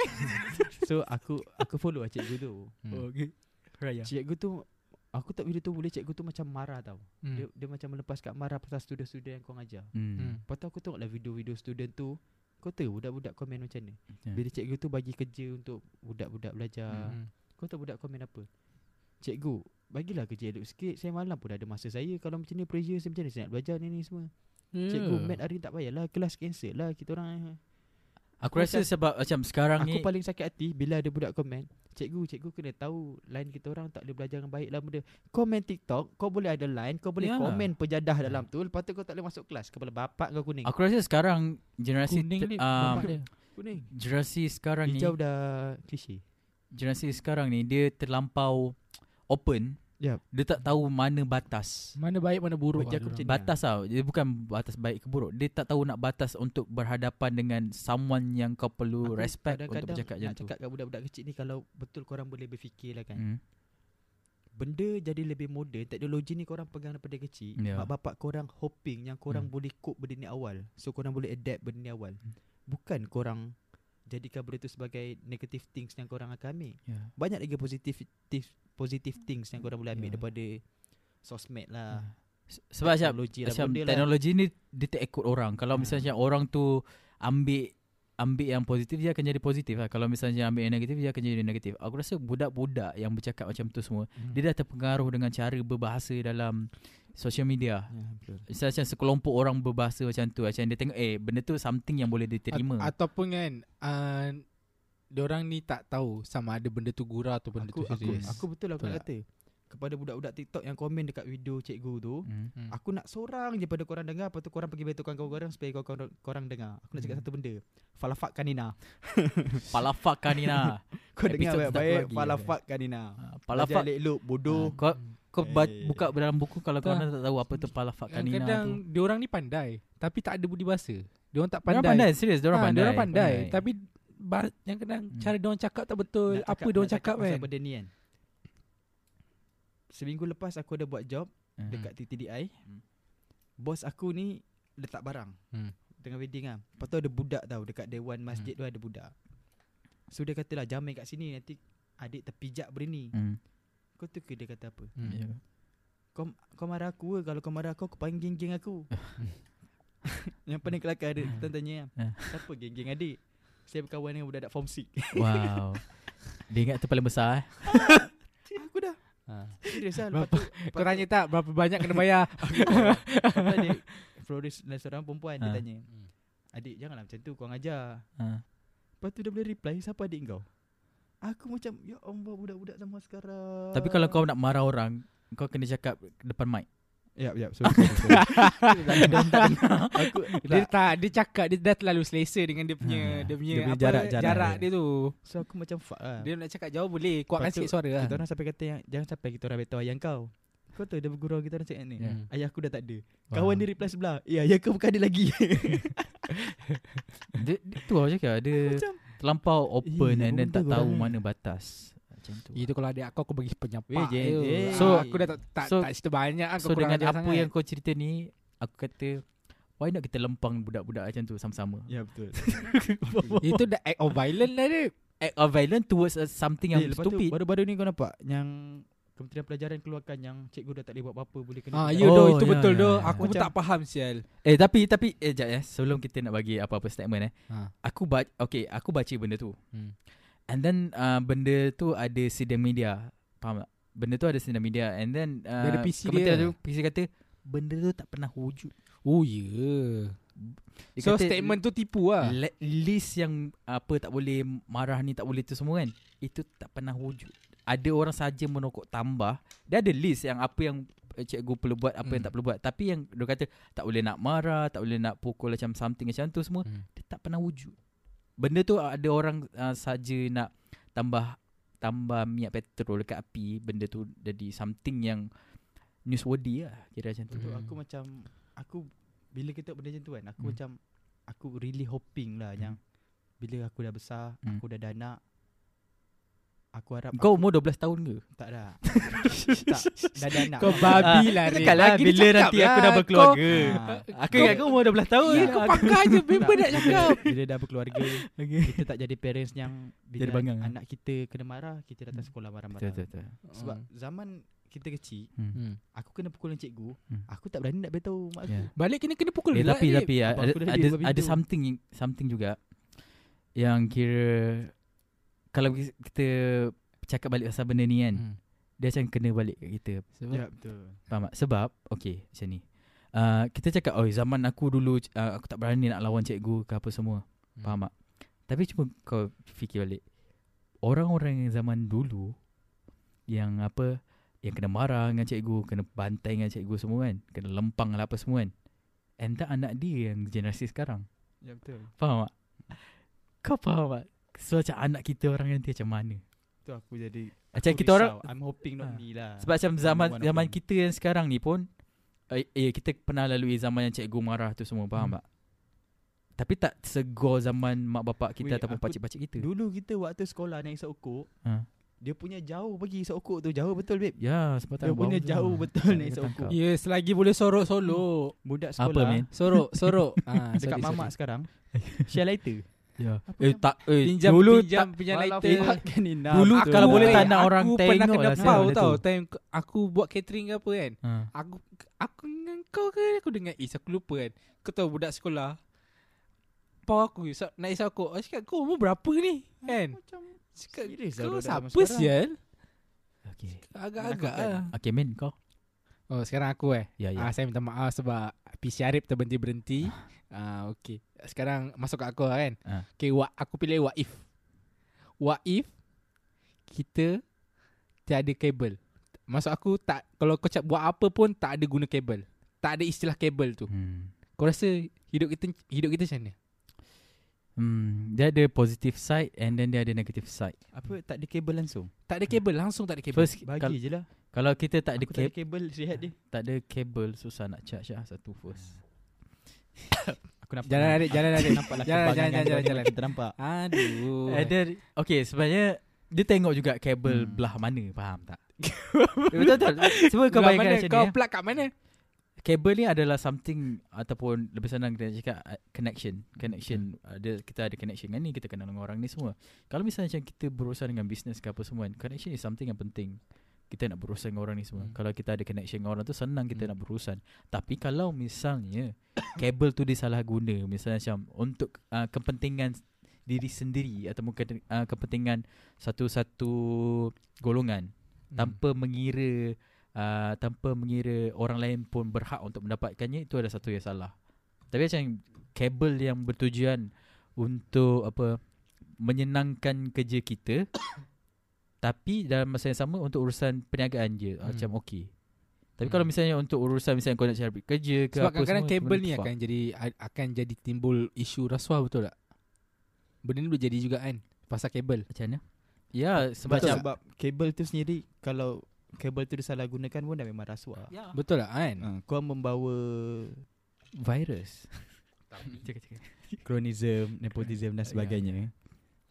B: So aku Aku follow lah cikgu tu
C: Hmm.
A: Okay Raya
B: Cikgu tu Aku tak video tu boleh Cikgu tu macam marah tau
C: Hmm.
B: dia, dia macam melepaskan marah Pasal student-student yang kau ajar
A: hmm.
C: Hmm.
B: Lepas tu aku tengok lah video-video student tu Kau tahu budak-budak komen macam mana
A: Ya.
B: Bila cikgu tu bagi kerja Untuk budak-budak belajar
C: Hmm.
B: Kau tahu budak komen apa Cikgu Bagilah kerja elok sikit Saya malam pun dah ada masa saya Kalau macam ni pressure Saya macam ni Saya nak belajar ni ni semua
C: Yeah.
B: Cikgu
A: Hmm.
B: mat hari ni tak payahlah Kelas cancel lah Kita orang
A: Aku rasa
B: macam-
A: sebab Macam sekarang
B: Aku
A: ni
B: paling sakit hati Bila ada budak komen Cikgu, cikgu kena tahu Line kita orang tak boleh belajar dengan baik lah benda Komen TikTok Kau boleh ada line Kau boleh
A: Ya.
B: yeah. komen pejadah dalam tu Lepas tu kau tak boleh masuk kelas Kepala bapak kau kuning
A: Aku rasa sekarang Generasi
C: Kuning
A: ter-
C: ni
A: um,
C: nampak dia.
B: Kuning
A: Generasi sekarang ni
B: Hijau dah klise
A: Generasi sekarang ni Dia terlampau Open
B: Yap.
A: Dia tak tahu mana batas
C: Mana baik mana buruk
B: Bagi
C: lah
B: aku
C: dia
B: macam
C: orang.
A: Batas tau Dia bukan batas baik ke buruk Dia tak tahu nak batas Untuk berhadapan dengan Someone yang kau perlu
B: Aku
A: Respect untuk
B: kadang-kadang
A: bercakap macam
B: Nak
A: tu
B: cakap kat budak-budak kecil ni Kalau betul korang boleh berfikir lah kan
A: Hmm.
B: Benda jadi lebih moden Teknologi ni korang pegang daripada kecil
A: Ya.
B: Mak bapak korang hoping Yang korang
A: Hmm.
B: boleh cope benda ni awal So korang boleh adapt benda ni awal
A: Hmm.
B: Bukan korang Jadikan benda tu sebagai Negative things yang korang akan ambil
A: Yeah.
B: Banyak lagi positive tif- Positive things yang korang boleh ambil
A: Ya.
B: Daripada Sosmed lah
A: Se- Sebab macam
B: Teknologi lah
A: Macam
B: benda lah
A: teknologi ni Dia tak ikut orang Kalau
B: Ha.
A: misalnya orang tu Ambil Ambil yang positif Dia akan jadi positif lah Kalau misalnya ambil yang negatif Dia akan jadi negatif Aku rasa budak-budak Yang bercakap macam tu semua
B: Hmm.
A: Dia dah terpengaruh dengan Cara berbahasa dalam Social media
B: Ya, betul.
A: Misalnya macam sekelompok orang Berbahasa macam tu Macam dia tengok Eh benda tu something Yang boleh diterima
C: At- ataupun kan uh, Diorang ni tak tahu Sama ada benda tu gura Atau benda
B: aku,
C: tu
B: aku,
C: serius
B: aku betul lah aku
C: Betul
B: nak
C: tak?
B: kata Kepada budak-budak TikTok yang komen dekat video cikgu tu
A: Hmm.
C: Hmm.
B: Aku nak sorang je pada korang dengar Lepas tu korang pergi beritahu kawan-kawan korang Supaya korang, korang dengar Aku nak cakap
A: Hmm.
B: satu benda Falafak Kanina
A: Palafak Kanina
B: Kau
A: Episode
B: dengar
A: satu
B: baik-baik
A: lagi. eh. Ah.
B: Falafak Kanina Belajar
A: Ha, Palafak Ha,
B: elok-elok Bodoh
A: Kau kau ba-
B: Eh.
A: buka dalam buku Kalau kau
C: Tak.
A: orang tak tahu Apa tu Palafak Kanina
C: Kadang-kadang
A: tu
C: Diorang ni pandai Tapi tak ada budi bahasa Diorang tak
A: Diorang
C: pandai
A: pandai Serius
C: Diorang
A: Diorang
C: pandai,
A: pandai
C: diorang pandai. Tapi bah- yang kadang
A: Hmm.
C: cara diorang cakap tak betul
B: Nak
C: apa diorang
B: nak
C: cakap,
B: pasal
C: kan
B: benda ni kan Seminggu lepas aku ada buat job
A: Hmm.
B: Dekat TTDI
A: Hmm.
B: Bos aku ni Letak barang
C: Hmm.
B: Tengah wedding lah Lepas tu ada budak tau Dekat Dewan Masjid
A: Hmm.
B: tu ada budak So dia kata lah Jangan main kat sini Nanti adik terpijak benda ni
A: Hmm.
B: Kau tu ke dia kata apa
C: Hmm.
A: Ya.
B: Kau, kau marah aku ke Kalau kau marah aku Aku panggil geng-geng aku Yang paling kelakar ada Kita tanya
A: Ah.
B: Siapa geng-geng adik Saya berkawan dengan budak-budak form 6
A: Wow. Dia ingat tu paling besar eh.
B: Aku dah
C: Ha.
B: Serius lah
C: Berapa- Kau tanya tak berapa banyak kena bayar?
B: Lepas dia Florist dan seorang perempuan Dia
A: Ah.
B: tanya Adik janganlah macam tu Kau ngajar
A: Ha.
B: Lepas tu dia boleh reply Siapa adik kau Aku macam Ya Allah budak-budak zaman sekarang
A: Tapi kalau kau nak marah orang, kau kena cakap depan mic.
B: Ya ya sorry, sorry, sorry. Dia tak dengar. Aku
C: dia tak dia cakap dia dah terlalu selesa dengan dia punya
B: Ah.
A: Ha.
C: dia punya
A: Dia punya
C: apa,
A: jarak-
C: jarak,
A: jarak
C: jarak, dia tu.
B: So aku macam fuck lah
C: Dia nak cakap jauh boleh
B: Ah.
C: kuatkan
B: Lepas tu,
C: sikit suara lah.
A: Kan?
B: Kita orang sampai kata yang Jangan sampai kita orang beritahu ayah kau Kau tahu dia bergurau kita orang cakap ni
A: Ya.
B: Ayah aku dah tak ada
A: Wah.
B: Kawan dia reply sebelah Ya ayah kau bukan ada lagi
A: Dia, dia tu aku cakap dia
B: Macam
A: terlampau open
B: Eh,
A: and then
B: betul
A: tak
B: kau
A: tahu
B: orang.
A: mana batas. Macam tu.
C: Itu kalau adik aku aku bagi
B: Weh,
C: penyapak.
B: Jen,
C: tu.
B: Jen.
C: So aku dah tak tak,
A: So-
C: tak cerita banyak aku
A: So dengan apa sangat. yang kau cerita ni, aku kata why not kita lempang budak-budak macam tu sama-sama.
B: Ya betul
C: itu dah act of violent lah dia.
A: Act of violence towards uh, something yang
B: Eh, lepas tu
A: stupid.
B: baru-baru ni kau nampak Yang Kementerian Pelajaran keluarkan Yang cikgu dah tak boleh buat apa-apa Boleh kena
C: Ah,
B: tindakan.
C: you
A: Oh,
C: doh itu
A: ya,
C: betul
A: ya,
C: doh.
A: ya.
C: Aku pun
B: Macam-
C: tak faham sial.
A: Eh tapi tapi eh jap eh sebelum kita nak bagi apa-apa statement eh.
C: Ha.
A: Aku baca okay, aku baca benda tu.
C: Hmm.
A: And then uh, benda tu ada sidang media. Faham tak? Benda tu ada sidang media and then uh,
C: Dia ada PC
A: kementerian
C: dia.
A: tu PC kata benda tu tak pernah wujud.
C: Oh ya. Yeah.
A: Dia
C: So
A: kata,
C: statement tu tipu lah
A: le- list yang apa tak boleh marah ni tak boleh tu semua kan itu tak pernah wujud ada orang saja merokok tambah dia ada list yang apa yang eh, cikgu perlu buat apa yang
C: Hmm.
A: tak perlu buat tapi yang dia kata tak boleh nak marah tak boleh nak pukul macam something macam tu semua
C: Hmm.
A: dia tak pernah wujud benda tu ada orang uh, saja nak tambah tambah minyak petrol dekat api benda tu jadi something yang newsworthy lah kira macam tu
B: Betul
C: Hmm.
B: aku macam Aku Bila kita tengok benda macam tu kan Aku
A: Hmm.
B: macam Aku really hoping lah
A: Hmm.
B: Yang Bila aku dah besar
A: Hmm.
B: Aku dah ada anak Aku harap
A: kau umur 12 tahun ke
B: aku, Tak dah Tak Dah ada anak
C: Kau babi lah Rin
A: Cakap lagi bila
C: cakap
A: nanti aku dah
C: lah.
A: berkeluarga
B: Ah,
A: Eh, Aku ingat kau umur 12 tahun
C: Ya kau pakai je Benda
B: tak,
C: nak cakap
B: bila- Bila dah berkeluarga Kita tak jadi parents yang Bila
A: Jadi bangang, eh?
B: anak kita kena marah Kita datang sekolah
A: Betul
B: marah-marah
A: betul betul
B: Sebab zaman kita kecil
C: Hmm.
B: Aku kena pukulan cikgu
A: Hmm.
B: Aku tak berani nak beritahu mak aku
A: Ya.
C: Balik kena kena pukul
A: Eh,
C: bulat,
A: tapi
C: Rin.
A: tapi ada
B: Abang aku
A: ada,
B: dah dia buat
A: ada
B: pintu.
A: something something juga yang kira kalau ki- kita cakap balik pasal benda ni kan
C: Hmm.
A: dia macam kena balik kat kita
C: Sebab
B: Ya betul
A: faham tak sebab okey macam ni uh, kita cakap oi zaman aku dulu uh, aku tak berani nak lawan cikgu ke apa semua
C: Hmm.
A: faham tak tapi cuma kau fikir balik orang-orang yang zaman dulu yang apa yang kena marah dengan cikgu, kena bantai dengan cikgu semua kan, kena lempang lah apa semua kan. And tak anak dia yang generasi sekarang.
B: Ya betul
A: Faham tak? Kau faham tak? So macam anak kita orang nanti macam mana?
B: Tu aku jadi
A: Macam
B: aku
A: kita
B: risau.
A: orang
B: I'm hoping not
A: Ah.
B: me lah
A: sebab macam zaman
B: one of
A: zaman
B: them.
A: kita yang sekarang ni pun eh, eh kita pernah lalui zaman yang cikgu marah tu semua faham
C: Hmm.
A: tak? Tapi tak segor zaman mak bapak kita
B: Weh,
A: ataupun
B: aku
A: pakcik-pakcik kita.
B: Dulu kita waktu sekolah naik isap okok
A: Ha.
B: Dia punya jauh pergi isap okok tu Jauh betul babe
A: Ya, sebab
B: Dia punya jauh betul naik isap okok
C: Ya selagi boleh sorok-sorok
B: Budak
A: Apa,
B: sekolah
A: man?
C: Sorok Sorok ah,
B: Hmm. Dekat mamak sekarang Share lighter
A: Ya.
B: Apa
A: Eh
B: yang-
A: tak eh
C: Pinjam
A: dulu
C: pinjam,
A: tak-
C: pinjam
B: Walau
C: lighter
B: fucking enough.
A: Dulu
B: Betul.
A: kalau boleh tak nak
C: Ya, Aku
A: orang
C: pernah
A: tengok
C: kena
A: lah, Sam,
C: pau
A: benda
C: tau
A: tu.
C: Time ke- aku buat catering ke apa kan
A: Ha.
C: Aku Aku dengan kau ke Aku dengan Is Aku lupa kan Kau tahu budak sekolah Pau aku isap, Nak isap aku Aku cakap kau umur berapa ni Kan
B: Macam
C: Cakap
B: serius lah
C: kau
B: budak-budak zaman
C: siapa
B: sekarang. kan?
C: sial
A: Okey.
C: Agak-agak
B: Menakutkan.
C: lah
A: Okey men kau.
C: Oh sekarang aku eh
A: Ya ya.
C: yeah. Ah, saya minta maaf sebab PC Arif terberhenti-berhenti. ah, okay. Sekarang masuk kat aku lah kan.
A: Ah.
C: Okay, wa, aku pilih what if. What if kita tiada kabel. Maksud aku tak kalau kau cakap buat apa pun tak ada guna kabel. Tak ada istilah kabel tu.
A: Hmm.
C: Kau rasa hidup kita hidup kita macam mana?
A: Hmm, dia ada positive side and then dia ada negative side.
B: Apa tak ada kabel langsung
C: Tak ada kabel, langsung tak ada kabel.
A: First
B: Bagi
A: kal-
B: je lah
A: kalau kita tak ada
B: Aku tak ada
A: kabel,
B: kabel sihat dia
A: tak ada kabel susah nak charge lah satu first.
B: Aku nampak
C: Jalan ada, jalan ada.
B: Nampak lah
C: Jalan,
B: kebangangan dia
C: jalan, jalan,
B: bagi
C: jalan.
B: Kita nampak
C: Aduh.
A: Eh, dia, okay sebenarnya dia tengok juga kabel
B: Hmm.
A: belah mana faham tak? betul betul. Cuba kau
C: Kau
A: bayangkan
C: mana?
A: macam ni.
C: Kau
A: ya.
C: plug kat mana?
A: Kabel ni adalah something ataupun lebih senang kita cakap uh, connection. Connection ada kita ada connection dengan ni, kita kenal dengan orang ni semua. Kalau misalnya macam kita berurusan dengan business ke apa semua, kan, connection is something yang penting. Kita nak berurusan dengan orang ni semua.
C: Hmm.
A: Kalau kita ada connection dengan orang tu senang kita
C: Hmm.
A: nak berurusan. Tapi kalau misalnya kabel tu disalahguna, misalnya macam untuk uh, kepentingan diri sendiri atau mungkin uh, kepentingan satu-satu golongan
B: Hmm.
A: tanpa mengira uh, tanpa mengira orang lain pun berhak untuk mendapatkannya itu ada satu yang salah. Tapi macam kabel yang bertujuan untuk apa menyenangkan kerja kita tapi dalam masa yang sama untuk urusan perniagaan je hmm.
C: Hmm.
A: macam okey. Tapi kalau misalnya untuk urusan misalnya kau nak cari kerja ke
C: Sebab
A: apa
C: kadang-kadang
A: semua,
C: kabel
A: benda
C: ni
A: tu faham.
C: akan jadi akan jadi timbul isu rasuah betul tak? Benda ni boleh jadi juga kan pasal kabel.
A: macam mana? Ya, sebab
B: Sebab,
A: macam
B: sebab kabel tu sendiri Kalau kabel tu disalahgunakan pun dah memang rasuah
A: ya.
C: Betul tak kan?
B: Ah, Kau membawa
A: virus.
B: Kronism, nepotism dan
A: Ya,
B: sebagainya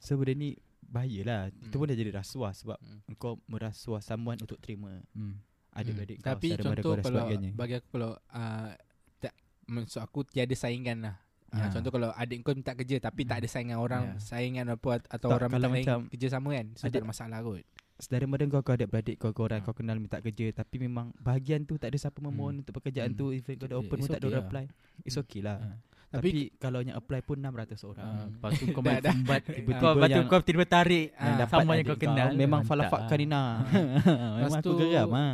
B: So benda ni bahayalah Itu
C: Hmm.
B: pun dah jadi rasuah Sebab
C: Hmm.
B: kau merasuah someone untuk terima
A: Hmm.
B: Adik-adik kau,
C: Tapi
B: saudara-saudara
C: contoh
B: kau dan
C: kalau
B: Oh, sebagainya
C: bagi aku kalau uh, tak, maksud aku tiada saingan lah.
A: Ya.
C: Ah, Contoh kalau adik kau minta kerja tapi tak ada saingan
A: Ya.
C: orang, saingan apa at- atau
B: Tak,
C: orang minta
B: kalau
C: lain
B: macam
C: kerja sama kan. So
B: adik-
C: tak ada masalah kot.
B: Saudara mara kau, kau adik-beradik kau, kau orang
A: Ah.
B: kau kenal minta kerja Tapi memang bahagian tu tak ada siapa memohon untuk pekerjaan
A: Hmm.
B: tu Even kau dah
A: It's
B: open pun tak ada
A: okay
B: orang
A: lah.
B: apply It's okay lah
A: Ah.
B: Tapi,
C: Tapi-
B: kalau yang apply pun 600 orang
A: Uh,
C: Hmm.
A: lepas tu kau
C: Dah,
A: main
C: dah.
A: fumbat
C: Tiba-tiba
A: Kau lepas tu
B: yang-
A: kau tiba-tiba tarik
C: yang
A: ah,
B: dapat
A: Sama yang
B: adik
A: kau kenal
B: Memang
A: Hantar
B: falafak
A: lah.
B: Karina Memang
C: Lepas
B: aku
C: tu-
B: geram ha.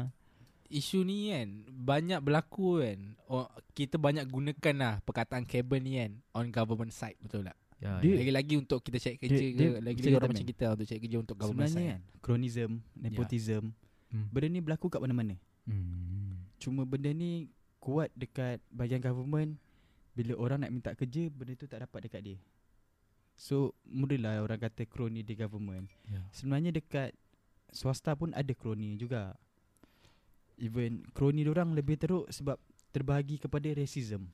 C: isu ni kan banyak berlaku kan. Oh, kita banyak gunakan lah perkataan kabel ni kan on government side betul tak?
A: Ya,
B: Dia-
A: ya.
C: Lagi-lagi untuk kita cari kerja
B: dia-
C: ke,
B: dia-
C: lagi-lagi
B: kita
C: orang
B: kata,
C: macam
B: man.
C: kita untuk cari kerja untuk government
B: Sebenarnya
C: side.
B: kan Kronism Nepotism
A: Ya. Hmm.
B: Benda ni berlaku kat mana-mana
A: Hmm.
B: Cuma benda ni Kuat dekat bahagian government Bila orang nak minta kerja Benda tu tak dapat dekat dia So Mulalah orang kata kroni di government
A: Ya.
B: Sebenarnya dekat Swasta pun ada kroni juga Even kroni orang lebih teruk Sebab terbahagi kepada racism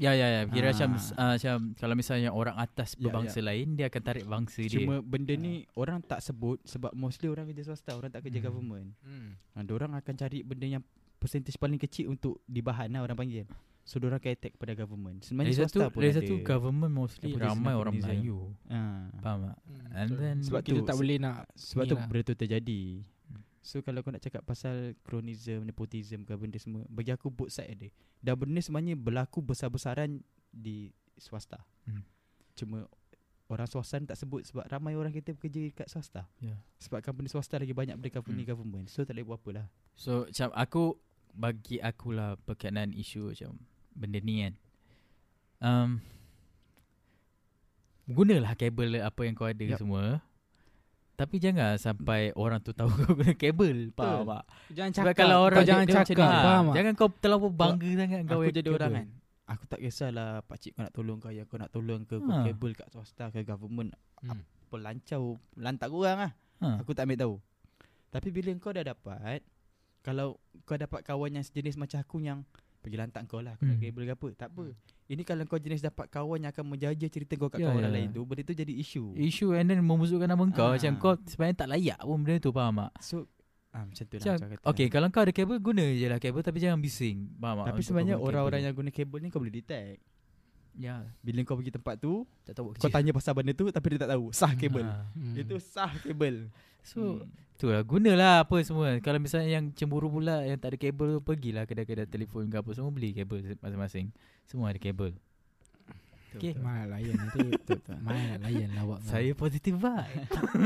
A: Ya ya ya kira
B: Ah.
A: macam ah, macam kalau misalnya orang atas
B: Ya,
A: berbangsa lain dia akan tarik bangsa dia. Ha.
B: Cuma benda ni orang tak sebut Sebab mostly orang kerja swasta Orang tak kerja
A: Hmm.
B: government
C: Hmm.
B: ha, Diorang akan cari benda yang Percentage paling kecil untuk Dibahan lah orang panggil So diorang akan attack pada government Sebenarnya
A: lagi
B: swasta
A: satu
B: pun
A: lagi
B: ada
A: satu government mostly
B: Nepotism,
A: ramai orang
B: nepotism.
A: Melayu.
B: ha.
A: Faham tak?
C: Hmm,
A: And
C: betul.
A: then
C: sebab
B: Sebab
C: kita
B: tu-
C: tak boleh nak
B: Sebab
C: ni
B: tu
C: lah.
B: benda tu terjadi So kalau kau nak cakap pasal Kronism, nepotism ke benda semua Bagi aku both side ada Dan benda ni sebenarnya berlaku besar-besaran Di swasta
A: Hmm.
B: Cuma Orang swasta ni tak sebut Sebab ramai orang kita bekerja kat swasta
A: Ya.
B: Sebab company swasta lagi banyak Daripada company
A: Hmm.
B: government So tak boleh buat lah. apalah
A: So macam aku Bagi akulah berkenaan isu macam Benda ni kan um, Gunalah kabel apa yang kau ada
B: Yup.
A: yep. semua Tapi jangan sampai orang tu tahu kau guna kabel Faham
B: Betul.
A: tak?
C: Jangan
A: Sebab
C: cakap.
A: kalau orang
C: kau jangan
A: dia macam
C: cakap.
A: ni,
C: Faham
A: ah,
C: tak?
A: Jangan kau terlalu bangga sangat kau
B: Kau
A: yang
B: aku jadi
A: kabel.
B: orang kan Aku tak kisahlah Pakcik kau nak tolong kau Ya kau nak tolong ke Kau
A: Ha.
B: kabel kat swasta ke government
C: Hmm.
B: hmm. Apa lancau Lantak korang lah
A: ha.
B: Aku tak ambil tahu Tapi bila kau dah dapat Kalau kau dapat kawan yang sejenis macam aku yang Pergi lantak kau lah Kau nak
A: Hmm.
B: kabel ke apa Tak apa Ini kalau kau jenis dapat kawan yang akan menjaja cerita kau kat
A: Ya,
B: yeah, kawan
A: ya.
B: yeah. lain tu Benda tu jadi isu
A: Isu and then memusuhkan nama kau
B: Ah.
A: Macam kau sebenarnya tak layak pun benda tu faham tak?
B: So ah, Macam tu lah
A: Macam,
B: macam aku kata.
A: okay kalau kau ada kabel guna je lah kabel Tapi jangan bising faham tak?
B: Tapi
A: Untuk
B: sebenarnya
A: kau guna
B: orang-orang
A: kabel.
B: yang guna kabel ni kau boleh detect
A: Ya
B: Bila kau pergi tempat tu
A: tak tahu buat
B: Kau tanya pasal benda tu Tapi dia tak tahu Sah kabel
A: Ah.
C: Hmm.
B: Itu sah kabel Hmm.
A: So tu lah gunalah apa semua. Kalau misalnya yang cemburu pula yang tak ada kabel tu pergilah kedai-kedai telefon ke apa semua beli kabel se- masing-masing. Semua ada kabel. Okay.
C: Mana nak layan nanti Mana nak layan lah awak kau.
A: Saya lah, positif vibe.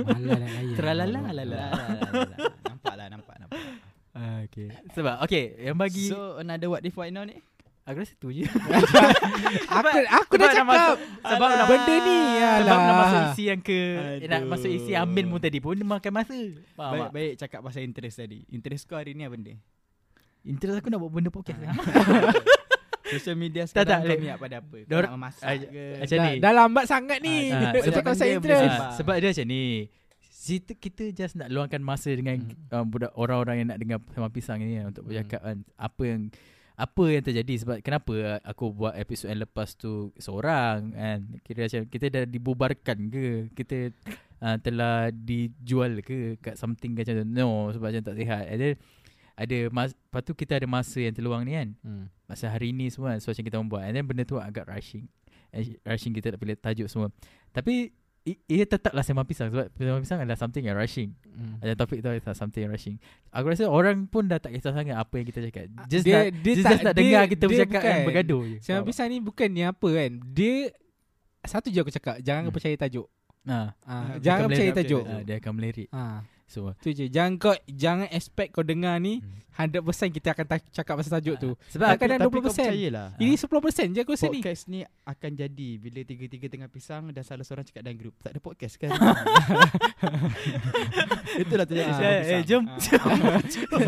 C: Malah nak layan
A: Teralala
C: awak kau.
A: lala.
B: Nampak lah nampak, nampak.
A: Ah, okay. Sebab okay yang bagi so,
B: So another what if why now ni
A: aku rasa tu je.
C: Aku aku dah
A: sebab nak
C: cakap
A: sebab nak
C: benda ni
A: Sebab nak masuk
C: alah.
A: isi yang ke eh, nak
B: Aduh.
A: masuk isi Amin pun tadi pun dia makan masa.
B: Baik,
A: Faham tak?
B: baik cakap pasal interest tadi Interest kau hari ni apa benda?
A: Interest aku nak buat benda podcast.
B: Social media
A: Tak, tak,
B: sekarang
A: Lip.
B: kau minat pada apa? Kau
A: Dor-
B: nak memasak
A: aj-
B: ke?
A: Macam
C: dah,
A: ni.
C: dah lambat sangat ni.
A: Ah,
C: Nak
A: dah.
C: cakap
B: Benda
C: pasal
B: boleh
C: interest.
B: sebab-
A: Ah, sebab dia macam ni. Kita, kita just nak luangkan masa dengan
C: Hmm.
A: hmm. uh, budak orang-orang yang nak dengar sama pisang ni kan, untuk
C: Hmm.
A: bercakap kan apa yang apa yang terjadi sebab kenapa eh, aku buat episod yang lepas tu seorang kan kira macam kita dah dibubarkan ke kita uh, telah dijual ke kat something ke macam tu no sebab macam tak sihat ada ada mas, lepas tu kita ada masa yang terluang ni kan
C: Hmm.
A: Masa hari ni semua kan? So macam kita orang buat And then benda tu agak rushing Eh, Rushing kita nak pilih tajuk semua Tapi i- Ia tetaplah sembang pisang Sebab sembang pisang adalah something yang rushing
C: Hmm.
A: Ada topik tu adalah something yang rushing Aku rasa orang pun dah tak kisah sangat Apa yang kita cakap Just
C: Ah, Dia-
A: nak,
C: dia
A: just,
C: tak-
A: just nak
C: dia-
A: dengar kita
C: dia
A: bercakap
C: bukan.
A: Yang bergaduh je
C: Saya
A: Faham?
C: pisang ni bukan ni apa kan. Dia satu je aku cakap, jangan
A: Hmm.
C: kau percaya tajuk.
A: Ah,
C: Ah,
B: Ah,
A: bukan
C: jangan percaya
B: boleh-
C: tajuk.
A: ah, Dia akan melirik
C: Ah,
A: semua
C: tu je. Jangan kau jangan expect kau dengar ni 100% kita akan ta- cakap pasal tajuk tu.
A: Sebab aku,
C: Kadang-kadang
B: Tapi kau lah.
C: 20%.
B: percayalah
C: Ini 10% je aku rasa ni.
B: Podcast ni akan jadi Bila tiga-tiga tengah pisang Dan salah seorang cakap dalam grup Tak ada podcast kan Itulah terjadi
C: Ah,
B: sama
A: eh,
B: pisang
A: jom,
B: Ah.
A: jom.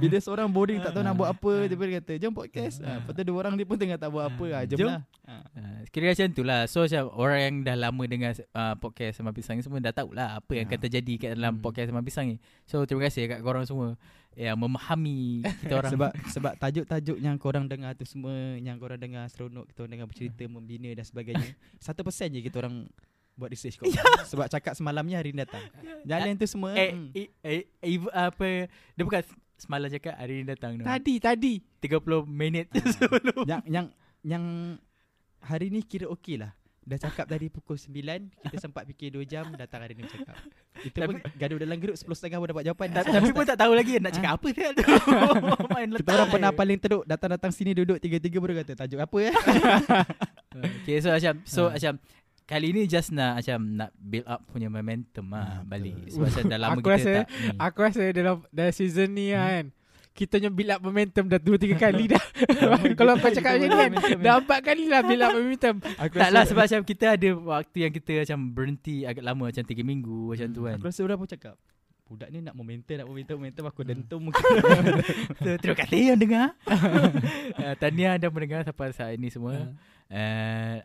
B: Bila seorang boring Tak tahu nak buat apa Dia pun kata Jom podcast Ah, Lepas tu dua orang dia pun tengah tak buat apa Ah, Jom
A: Jom.
B: lah
A: Ah, Kira macam tu lah So macam orang yang dah lama dengar uh, podcast Sama Pisang ni semua Dah tahulah apa yang
C: Ah.
A: akan
B: Ya.
A: terjadi kat dalam
B: Hmm.
A: podcast Sama Pisang ni So terima kasih kat korang semua Yang memahami kita orang
B: Sebab sebab tajuk-tajuk yang korang dengar tu semua Yang korang dengar seronok Kita orang dengar bercerita
A: Ya.
B: Membina dan sebagainya Satu persen je kita orang Buat research kau Sebab cakap semalamnya hari ni datang Yang lain tu semua
A: Ya. eh,
B: hmm.
A: eh, eh, eh, apa Dia bukan semalam cakap hari ni datang no.
C: Tadi, tadi.
A: 30 minit je
C: Ah.
A: sebelum
B: Yang yang yang Hari ni kira okey lah Dah cakap dari pukul 9 Kita sempat fikir 2 jam Datang hari ni bercakap Itu pun gaduh dalam grup 10.30 pun dapat jawapan
A: Ta- Tapi pun tak tahu lagi nak
C: Ah.
A: cakap apa dia tu Main letak
B: Kita orang pernah paling teruk eh?"
A: Ah,
B: Datang-datang sini duduk Tiga-tiga baru kata Tajuk apa eh
A: Okay so macam So macam Kali ni just nak macam nak build up punya momentum lah
B: Ah, Betul.
A: balik. Sebab macam dah lama
C: Aku
A: kita
C: rasa
A: tak ni.
C: Aku rasa dalam, dalam season ni hmm. kan Kita punya build up momentum dah 2-3 kali dah Kalau kau cakap macam ni kan Dah empat kali lah build up momentum lah.
B: Aku
A: Taklah lah, sebab macam kita ada waktu yang kita macam berhenti agak lama macam 3 minggu macam tu kan.
B: Aku rasa orang pun cakap Budak ni nak momentum Nak momentum Momentum aku dentum muka
A: So, terima kasih yang dengar. uh, tahniah anda mendengar sampai saat ini semua. Uh,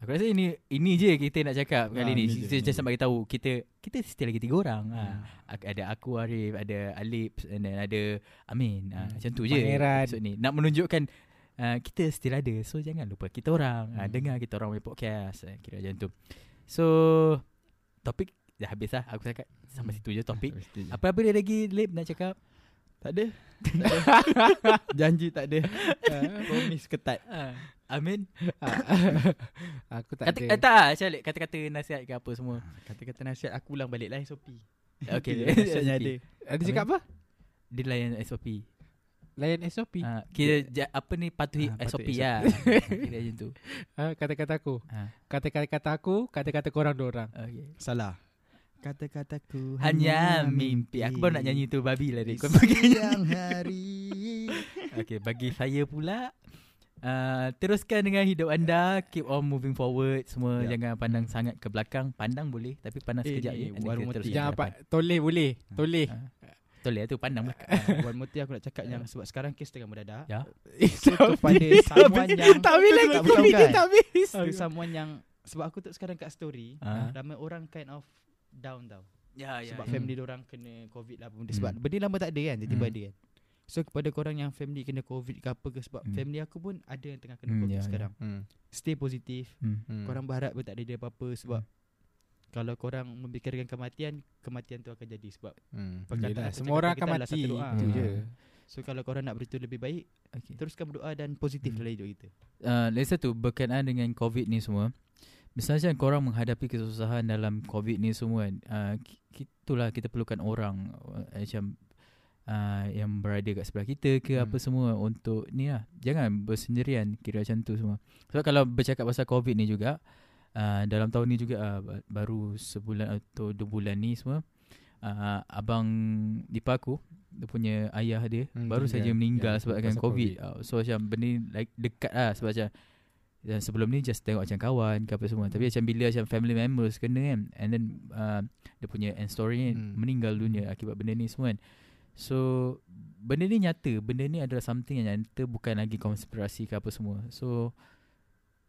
A: aku rasa ini ini je kita nak cakap kali
B: Ah,
A: ni.
B: ini je,
A: Kita
B: ini
A: just
B: je.
A: nak bagi tahu kita kita still lagi tiga orang. Ah, ak- ada aku Arif, ada Alip and then ada Amin. Ah,
C: Hmm.
A: macam tu je.
C: Pangeran.
A: Maksud ni nak menunjukkan uh, kita still ada. So jangan lupa kita orang Ah,
B: Hmm.
A: dengar kita orang punya podcast. Ah, kira macam tu. So topik dah habis lah aku cakap sampai situ je topik. Apa-apa dia lagi Lip nak cakap?
B: Tak ada Janji tak ada Ha, Promise ketat
A: Ah, Amin
C: Aku tak
A: Kata,
C: ada
A: eh, tak lah Syalik Kata-kata nasihat ke apa semua
B: Ah, Kata-kata nasihat Aku ulang balik lah SOP
A: Okay
B: Nasihatnya
A: SOP.
B: ada
C: Ada cakap apa?
A: Dia layan SOP
C: Layan SOP
A: Ah, Kira ja- Apa ni Patuhi
B: Ah, patuhi
A: SOP
B: SOP.
A: lah Kira macam tu
C: Ah, Kata-kata aku
A: Ah,
C: Kata-kata aku Kata-kata korang dua orang
A: okay.
B: Salah Kata-kataku
A: Hanya mimpi Aku baru nak nyanyi tu Babi lah
B: Di
A: dia Kau bagi
B: siang hari
A: Okay bagi saya pula Uh, teruskan dengan hidup anda Keep on moving forward Semua
B: Ya.
A: Jangan pandang sangat ke belakang Pandang boleh Tapi pandang
B: Eh,
A: sekejap
B: ni,
A: je And then kita
B: warung moti.
A: teruskan ke
C: Jangan
A: depan.
C: apa Toleh boleh Toleh
A: Ah. Betul lah tu pandang belakang
B: Ah, One more thing aku nak cakap yang Sebab sekarang kes tengah mendadak
A: Ya
B: So kepada someone yang
C: Tak habis lagi
B: Tak
C: Covid ni
B: bertangkan.
C: tak habis
B: To someone yang Sebab aku tengok sekarang kat story
A: Ah.
B: Ramai orang kind of Down tau
A: Ya
B: Sebab
C: ya.
B: family orang kena covid lah apa benda.
A: Hmm.
B: Sebab benda lama tak ada kan Tiba-tiba
A: Hmm.
B: ada kan So kepada korang yang family kena covid ke apa ke Sebab
A: Hmm.
B: family aku pun ada yang tengah kena
A: Hmm,
B: covid
A: ya, ya.
B: sekarang
C: Hmm.
B: Stay positif
A: hmm.
C: Hmm.
B: Korang berharap pun tak ada dia apa-apa Sebab Kalau korang memikirkan kematian Kematian tu akan jadi Sebab
C: Hmm. Ha.
B: Perkataan
C: Yelah,
B: aku
C: semua
B: cakap
C: orang
B: kita
C: akan
B: adalah lah
C: mati
B: satu ah. doa.
C: Itu je
B: So kalau korang nak berita lebih baik
A: Okay
B: Teruskan berdoa dan positif
A: Hmm.
B: dalam hidup kita
A: uh, lagi satu berkenaan dengan COVID ni semua. Misalnya korang menghadapi kesusahan dalam COVID ni semua kan. Uh, ki- itulah kita perlukan orang uh, macam uh, yang berada kat sebelah kita ke hmm.
B: Hmm.
A: apa semua untuk ni lah. Jangan bersendirian kira macam tu semua. Sebab kalau bercakap pasal COVID ni juga uh, dalam tahun ni juga uh, ba- baru sebulan atau dua bulan ni semua uh, abang ipar aku dia punya ayah dia
C: Hmm,
A: baru
C: meninggal.
A: saja meninggal
C: Ya,
A: sebabkan
C: pasal
A: COVID. COVID. So macam benda ni like, dekat lah sebab macam dan sebelum ni just tengok macam kawan ke apa semua
C: Hmm.
A: tapi macam bila macam family members kena kan and then uh, dia punya end story kan
C: Hmm.
A: meninggal dunia akibat benda ni semua kan so benda ni nyata benda ni adalah something yang nyata bukan lagi konspirasi ke apa semua so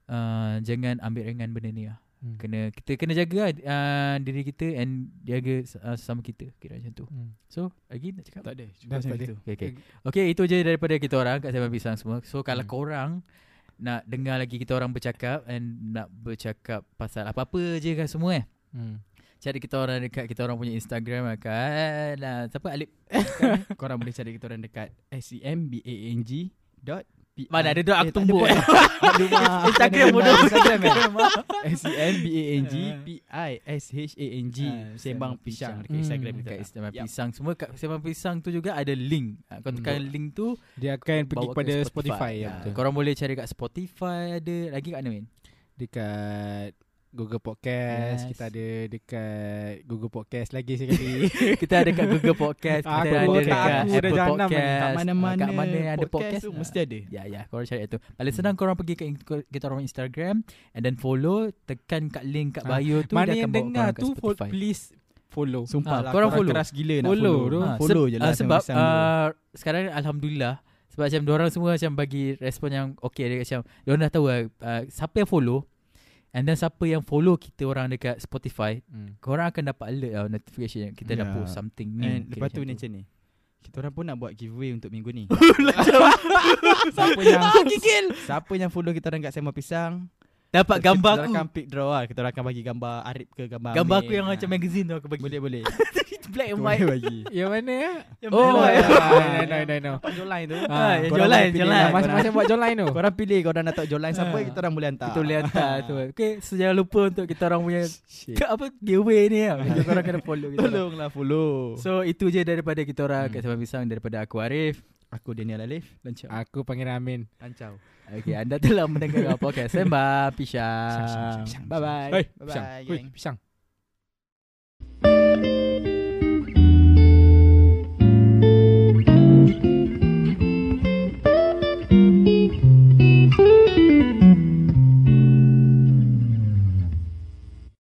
A: uh, jangan ambil ringan benda ni lah
C: Hmm.
A: kena kita kena jaga uh, diri kita and jaga uh, sesama kita kira macam tu
C: Hmm.
A: so lagi nak cakap
B: Tak ada
C: Dah tak ada
A: Okay, okay. okay itu je daripada kita orang kat Sembang Pisang semua. So kalau
B: Hmm.
A: korang nak dengar lagi kita orang bercakap and nak bercakap pasal apa-apa je kan semua eh.
C: Hmm.
A: Cari kita orang dekat kita orang punya Instagram lah kan. Nah, siapa Alip?
B: Korang boleh cari kita orang dekat E SEMBANG dot P
A: Mana ada dot aku
B: Eh, tak
A: tunggu.
B: ada
A: Instagram bodoh.
B: Instagram eh S-E-M-B-A-N-G
A: Ah.
B: P-I-S-H-A-N-G
A: Ah,
B: Sembang
A: Sembang
B: Pisang
A: Pisang.
B: Hmm, Dekat Instagram kita
A: Dekat
B: orang.
A: Sembang
B: Yup.
A: Pisang semua kat Sembang Pisang tu juga ada link. Ah, Kau tekan link tu
C: Dia akan pergi
A: bawa ke
C: kepada Spotify, ya,
A: Ah,
C: betul.
A: Korang boleh cari kat Spotify ada lagi kat mana Min?
C: Dekat Google Podcast
A: Yes.
C: Kita ada dekat Google Podcast lagi sekali
A: Kita ada kat Google Podcast Kita
C: Aku
A: ada
C: otak
A: dekat
C: aku dah
A: Apple
C: jahanam ni.
A: Podcast Ha,
B: Kat mana-mana
A: Kat mana yang ada podcast,
B: podcast tu Mesti ada
A: Ya ya korang cari itu Paling senang
C: Hmm.
A: korang pergi ke in- Kita orang Instagram And then follow Tekan kat link kat
C: Ah,
A: bio tu
C: Mana
A: dia akan
C: yang
A: bawa
C: dengar
A: korang kat
C: tu fo-
A: Spotify.
C: Please follow
B: Sumpah
A: Ah,
B: lah
A: korang
B: Korang
A: follow.
B: follow Keras gila nak
C: Follow
B: follow
C: tu.
A: Ah,
B: Follow
A: seb-
B: je
A: ah,
B: lah
A: Sebab
B: Sembang Pisang tu.
A: ah, Sekarang Alhamdulillah Sebab macam orang semua Macam bagi respon yang Okay dia macam Diorang dah tahu ah, Siapa yang follow And then siapa yang follow Kita orang dekat Spotify
C: Hmm.
A: Korang akan dapat alert lah Notification Kita dah
B: Ya.
A: post something new
B: And
A: Kira
B: lepas tu
A: macam
B: ni macam ni Kita orang pun nak buat giveaway untuk minggu ni Siapa yang
A: Ah,
B: Siapa yang follow kita orang kat Sembang Pisang
A: Dapat gambar
B: Kita
A: aku
B: orang akan pick draw lah Kita orang akan bagi gambar Arif ke gambar
A: Gambar
B: Amin.
A: aku yang
B: Ah.
A: macam magazine tu aku bagi
B: Boleh boleh
A: Black and
B: Aku
A: white
B: boleh bagi
C: Yang mana ya?
A: Yang
C: Oh,
A: black and
C: I
A: white.
B: Ah,
C: I know, I know, I know.
B: Nampak jawline tu
C: Ah,
A: Ah, yang
B: korang
A: Jolan
B: boleh pilih
A: Jolan
B: lah, korang-
C: Macam-macam buat jawline tu
B: Korang pilih Korang nak tahu jawline siapa Ha.
A: Ah.
B: Kita orang boleh hantar
A: Kita boleh hantar tu Okay so jangan lupa Untuk kita orang punya
B: Shit.
A: ke- Apa giveaway ni lah Kita orang kena follow kita orang.
B: Tolonglah follow Hmm.
A: So itu je daripada kita orang Kat Sembang Pisang Daripada aku Arif
B: Aku Daniel Alif
A: Lancar.
C: Aku panggil Amin
B: Lancau
A: Okey, anda telah mendengar podcast Sembah
B: Pisang, pisang,
A: Pisang.
B: pisang, pisang.
A: Bye-bye.
C: Hei
B: Bye-bye,
C: Pisang Hei
B: gang.
C: Pisang